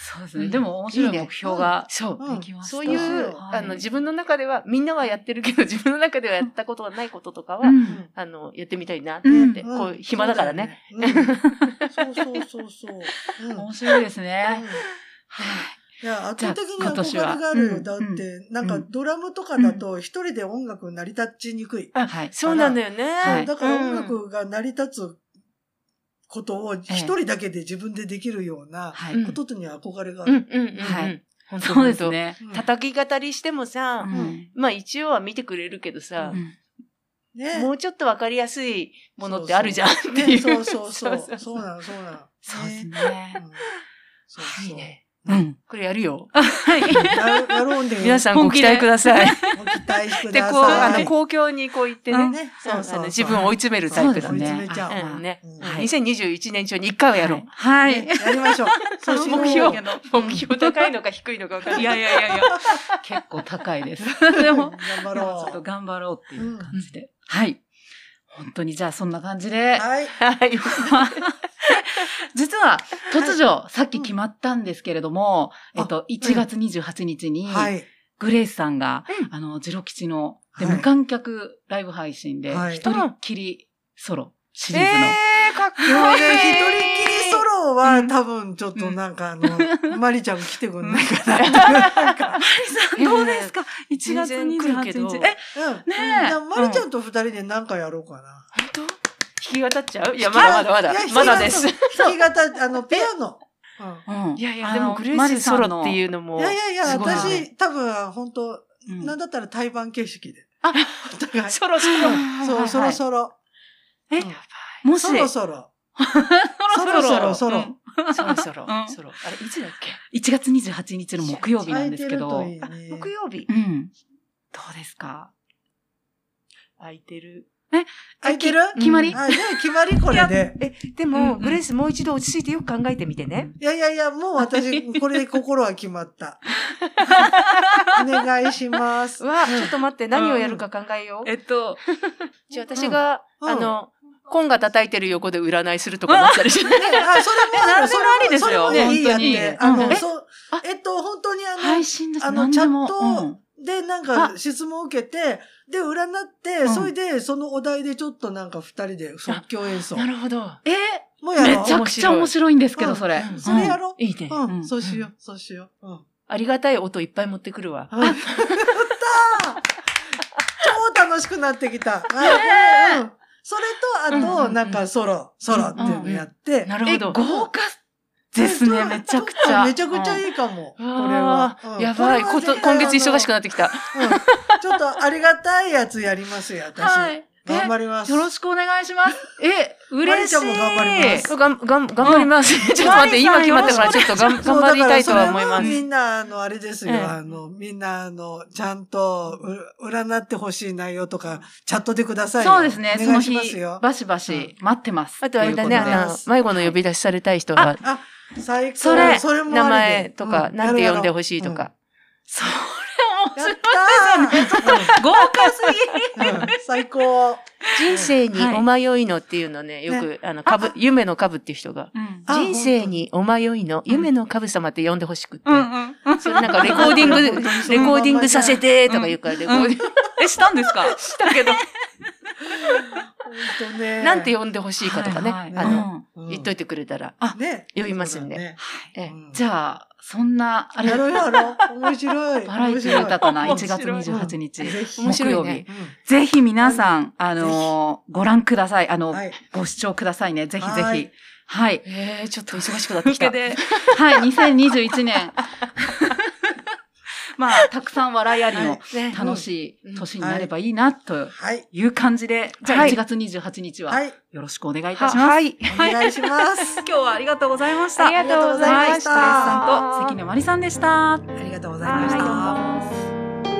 S1: そそうですね。でも面白い目標が
S3: そう。
S2: うん
S1: できました。
S3: そういう、
S1: はい
S3: あの、自分の中では、みんなはやってるけ ど、自分の中ではやったことがないこととかは、
S1: うん
S3: あの、やってみたいなってなって、
S1: う
S3: こう、暇だからね。。
S2: うんそうだよねうんそうそうそうそう。うん
S1: 面白いですね。
S2: う
S1: は
S2: ん
S1: い
S2: いや、
S1: じ
S2: 圧
S1: ゃあ
S2: 倒的に
S1: 今
S2: 憧
S1: 年
S2: れ
S1: は
S2: がある
S1: う
S2: よ。
S1: ん
S2: だっ
S1: う
S2: て、なんかドラムとかだと一人で音楽成り立ちにくい。
S3: あ
S1: はい
S3: そうなんだよね。
S1: はい
S2: だから音楽が成り立つことを一人だけで自分でできるような
S1: は
S3: う
S1: い
S2: こ。とには憧れがあ
S3: うん、う
S2: る。
S3: ん、うん。
S1: は
S3: はいい。本当
S1: そうです。ね。
S2: うん
S3: 叩き語りしても
S1: う
S3: さ、
S1: ん
S3: まあ一応は見てくれるけどさ、
S2: ね
S3: もうちょっとわかりやすいものってあるじゃんってい
S2: ね
S3: う。
S2: そうそうそう。そう
S3: そう
S2: なの、そうなの。
S1: そうです
S2: ね。う
S1: ね。
S2: んそうそう
S3: いいね。
S1: うん。
S3: これやるよ。
S2: ややろうね。
S3: 皆さん
S1: 本
S3: ご
S1: 気
S3: 期
S1: で
S3: 待ください。
S2: ご期待してく
S3: で、
S2: ださい。
S3: こう、あの、公共にこう言って
S1: う
S3: ね、
S2: ね。
S3: う
S2: そう
S3: んあ
S2: そう。
S3: の自分を追い詰めるタイプだ
S1: そうです
S2: 追い
S3: ね。
S2: 詰めちゃ
S1: あ
S2: う。
S3: うんね
S2: うん
S1: はい
S3: 2021年中に1回はやろう。
S1: は
S2: ね
S1: い。
S2: やりましょう。
S3: そ
S2: そううしよう
S3: 目標、目標高いのか低いのか分かんない。
S1: いやいやいやいや、結構高いです。でも、
S2: 頑張
S1: ちょっ
S2: ろ
S1: と頑張ろうっていう感じで。はい。本当にじゃあそんな感じで
S2: う。、はい。
S3: はい。
S1: 実は突如、さっき決まったんですけれども、
S2: うん
S1: えっと、1月28日に、
S2: はい。
S1: グレイスさんが、
S3: うん
S1: あの、ジロ吉の、で、
S2: はい
S1: 無観客ライブ配信で、
S2: はい
S1: 一人っきりソロシリーズの、
S3: えー、かっこいい。
S2: でもね、一人きりソロは多分ちょっとなんかあの、マリちゃん来てくんないかなっていう、なんか。
S3: え ー
S1: どうですか ?1
S3: 全
S1: 月
S3: 然来るけど
S1: 28日。え、
S2: うん。
S1: ねえ
S2: うんマリちゃんと二人で何かやろうかな。
S3: 本当弾き語っちゃういや、まだまだまだ
S2: いや。
S3: まだです。。
S2: 弾き語、あの、ピアノ。う
S1: うん
S3: いやい
S1: あ
S3: や、
S1: の
S3: でもグレ
S1: マ
S3: ー
S1: リ
S3: ス
S1: さ
S3: ソ
S1: んの
S3: ロっていうのも
S2: ん。い、やいやいや、
S1: すごいね
S2: 私、多分、本当
S1: うん
S2: なんだったら対バン形式で。
S1: あ
S2: お互い。
S3: ソロソロ。
S1: はい
S2: うんそう、そろそろ。
S1: え
S2: うん
S1: もし、
S2: そろそろ。
S1: そろそろ
S2: そろそろ
S1: うん
S3: ソロソロ
S1: う。ん
S3: ソロ。あれ、いつだっけ
S1: 1月28日の木曜日な
S2: 空
S1: ん
S2: い
S1: です
S2: て
S1: け
S2: る
S1: ど、
S2: といいね。
S3: 木曜日
S1: う。ん。どうですか
S3: 空いてる。
S2: 空いてる
S1: 決まり、
S3: うん
S2: あ、じゃあ決まりこれで。
S3: え、で
S1: うんう
S3: も、
S1: ん
S3: グレースもう一度落ち着いてよく考えてみてね。
S2: いやいやいや、もう 私、これで心は決まった。お願いします。
S3: わあ、
S2: うん
S3: ちょっと待って、何をやるか考えよう。
S1: えっと、
S3: じゃあ私が、
S2: うん
S3: あの、コンが叩いてる横で占いするとかなった りして。
S2: ねあ、それもあ
S1: え何でもあり
S2: る、それ
S1: ですよ
S2: それもいいや
S1: 本
S2: っ
S1: 当に
S2: て。あ
S1: うん
S2: の、
S1: え
S2: そう
S3: あ、
S2: えっと、本当にあの
S1: 配、信です。
S2: あの
S1: 何でも
S2: チャット
S1: うん
S2: で、なんか質問を受けて、で、占って、
S1: うん
S2: それで、そのお題でちょっとなんか二人で即興演奏。
S3: なるほど。
S1: え
S2: もう
S1: ー
S2: やろ
S1: めちゃくちゃ面白いんですけど、それ。
S2: う。それやろ
S3: いいね
S2: う。。う
S1: うん
S2: ん、そうしよう、そうしよう。うん。
S3: ありがたい音いっぱい持ってくるわ。
S2: あ、やったー超楽しくなってきた。あうんそれと、
S1: うんう
S2: あ
S1: んう
S2: と、
S1: ん
S2: なんかソロ、ソロっていうのやって。
S3: なる
S1: え、
S3: ほど。
S1: 豪華ですね、めちゃくちゃ。
S2: めちゃくちゃ
S1: うん
S2: いいかも。これ
S3: わ
S2: は
S3: あ。やばい。こと今月忙しく
S2: な
S3: なってきた。
S2: ちょっとありがたいやつやりますよ、私。
S1: はい。
S2: 頑張ります。
S1: よろしくお願いします。え、
S2: マ
S1: 嬉
S2: リ
S1: しい。
S2: ちゃんも頑張ります
S3: がん、がん、頑張ります。 ちょっと待って、今決まったから、ちょっとがん
S2: そ
S3: 頑
S2: う
S3: 張りたいとは思い
S2: だからそ
S3: ま
S2: れ
S3: す。
S2: みんな、あの、あれですよ。
S3: ええ
S2: あの、みんな、あの、ちゃんと、う占ってほしい内容とか、チャットでくださいよ。
S1: そうですね、
S2: お
S1: そ
S2: 願
S1: の
S2: いし
S1: 日
S2: ます、よ。
S1: バシバシ待ってます。
S3: あとあれだね、
S1: ということで
S3: あの、迷子の呼び出しされたい人は、
S2: あ、最高。
S1: それ
S2: それも
S3: 名
S2: ありで
S3: 前とか、なんて呼んでほしいと。か。
S1: そ
S2: うん
S1: れ
S2: や
S1: 面
S2: ろうやった
S1: 白い。豪華すぎ
S2: ーうん最高。
S3: 人生にお迷いのっていうのね、よく、あの、株、夢の株っていう人が、
S1: うん
S2: あ
S3: 人生にお迷いの、夢の神様って呼んでほしくって
S1: う。ん うん。
S3: それなんかレコーディング、レ
S2: 本当にそのまんまじゃん
S3: コーディングさせてとか言うから、レコーディング
S1: え、したんですか
S3: したけど、
S2: ほんとね。
S3: なんて呼んでほしいかとかね、
S1: はい
S3: あ
S1: う
S3: の、
S1: ん
S2: うん
S3: 言っといてくれたら。
S2: ね。
S3: 呼びますんで
S2: そうだね。
S3: ええ
S2: うん
S1: じゃあ、そんな、あれ
S2: や、ろうやろう。面白い。
S1: バラエティ豊かな
S3: 面
S1: 1
S3: 白い
S1: 月28日。
S2: ぜひ。
S3: 面白い
S1: 木曜
S3: ね。
S1: ぜひ皆さん、あのー、ご覧ください。あ
S2: うん
S1: の、
S2: はい。
S1: ご視聴くださいね。ぜひぜ
S2: は
S1: ひ
S2: い。
S1: はい。
S3: えー、ちょっと忙しくなっ
S1: と
S3: て
S1: い
S3: き
S1: う わけ
S3: た。
S1: で、はい、2021年。まあ、たくさん笑いありの
S3: ね
S1: 楽しい年になればいいな、と
S2: はい。
S1: いう感じで、じゃあ
S3: はい
S1: 1月28日は
S2: はい。
S1: よろしくお願いいた
S3: は
S1: します。
S3: い。
S2: お願いします。
S1: 今日はありがとうございました。
S3: ありがとうございました
S1: はいグレースさんと関根麻里さんでした。
S2: ありがとうございまし
S1: は
S2: た
S1: い。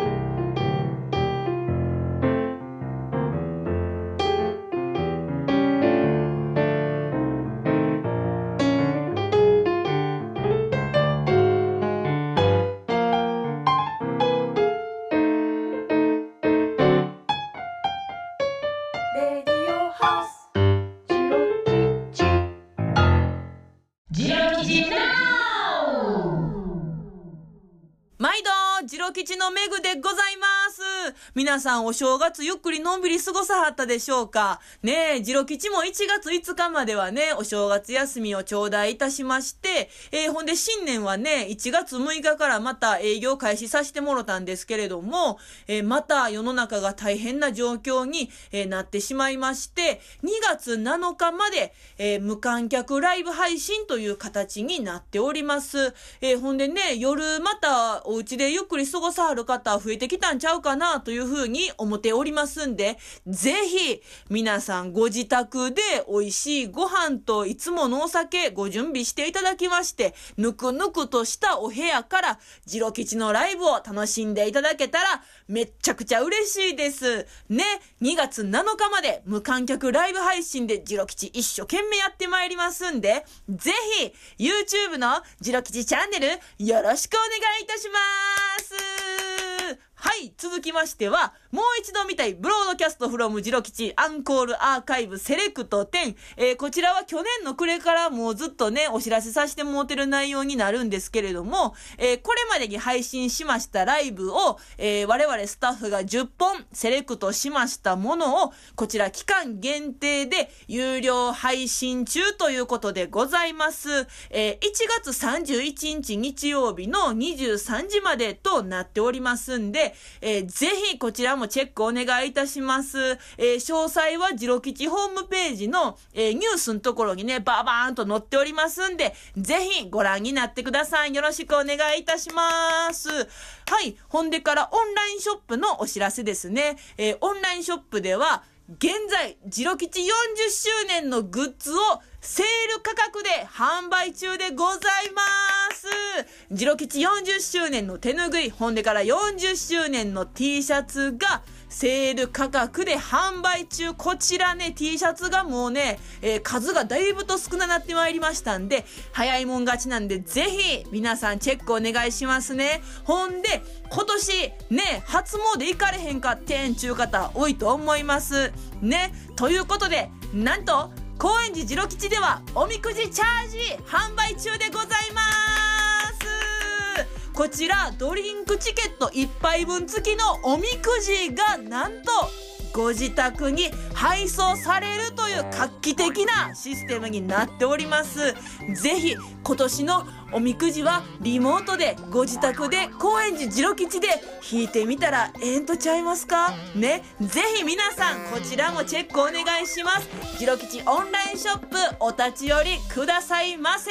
S5: ジロキジ NOW! ジロ吉のメグでございます。皆さんお正月ゆっくりのんびり過ごさはったでしょうかねえ、ジロ吉も1月5日まではね、お正月休みを頂戴いたしまして、えーほんで新年はね、1月6日からまた営業開始させてもろたんですけれども、えーまた世の中が大変な状況に、えーなってしまいまして、2月7日まで、えー無観客ライブ配信という形になっております。えーほんでね、夜またお家でゆっくり過ごさはる方増えてきたんちゃうかなというふうに思っておりますんで、ぜひ皆さんご自宅で美味しいご飯といつものお酒ご準備していただきまして、ぬくぬくとしたお部屋からジロ吉のライブを楽しんでいただけたらめっちゃくちゃ嬉しいです。ね、2月7日まで無観客ライブ配信でジロ吉一生懸命やってまいりますんで、ぜひ YouTube のジロ吉チャンネルよろしくお願いいたします。はい、続きましては、もう一度見たい、ブロードキャストフロムジロ吉アンコールアーカイブセレクト10。えーこちらは去年の暮れからもうずっとね、お知らせさせてもうてる内容になるんですけれども、えーこれまでに配信しましたライブを、えー我々スタッフが10本セレクトしましたものを、こちら期間限定で有料配信中ということでございます。えー1月31日日曜日の23時までとなっておりますんで、えーぜひこちらもチェックお願いいたします。えー詳細はジロ吉ホームページの、えーニュースのところにね、ババーンと載っておりますんで、ぜひご覧になってください。よろしくお願いいたします。はい。ほんでからオンラインショップのお知らせですね。えーオンラインショップでは、現在、ジロ吉40周年のグッズをセール価格で販売中でございます。ジロ吉40周年の手ぬぐい、ほんでから40周年の T シャツがセール価格で販売中。こちらね、T シャツがもうね、えー数がだいぶと少ななってまいりましたんで、早いもん勝ちなんで、ぜひ皆さんチェックお願いしますね。ほんで、今年ね、初詣行かれへんかってんちゅう方多いと思います。ね、ということで、なんと、高円寺ジロ吉ではおみくじチャージ販売中でございますこちらドリンクチケット1杯分付きのおみくじがなんとご自宅に配送されるという画期的なシステムになっておりますぜひ今年のおみくじはリモートでご自宅で高円寺ジロ吉で引いてみたらええんとちゃいますかねぜひ皆さんこちらもチェックお願いしますジロ吉オンラインショップお立ち寄りくださいませ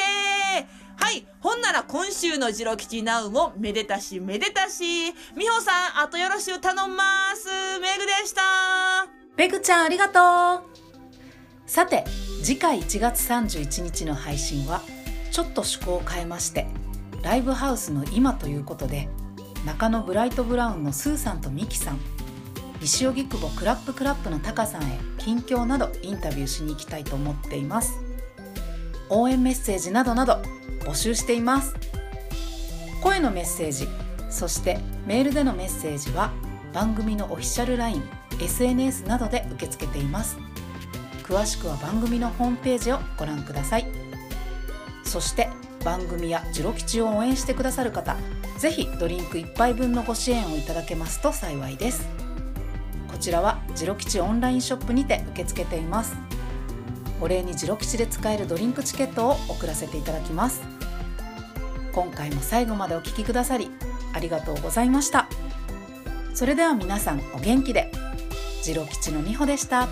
S5: はい。ほんなら今週のジロ吉ナウもめでたしめでたし。みほさん、あとよろしゅう頼んます。メグでした。
S1: ペグちゃんありがとうさて次回1月31日の配信はちょっと趣向を変えましてライブハウスの今ということで中野ブライトブラウンのスーさんとミキさん西荻窪クラップクラップのタカさんへ近況などインタビューしに行きたいと思っています応援メッセージなどなど募集しています声のメッセージそしてメールでのメッセージは番組のオフィシャル LINE SNS などで受け付けています詳しくは番組のホームページをご覧くださいそして番組やジロ吉を応援してくださる方ぜひドリンク1杯分のご支援をいただけますと幸いですこちらはジロ吉オンラインショップにて受け付けていますお礼にジロ吉で使えるドリンクチケットを送らせていただきます今回も最後までお聞きくださりありがとうございましたそれでは皆さんお元気でジロ吉のみほでした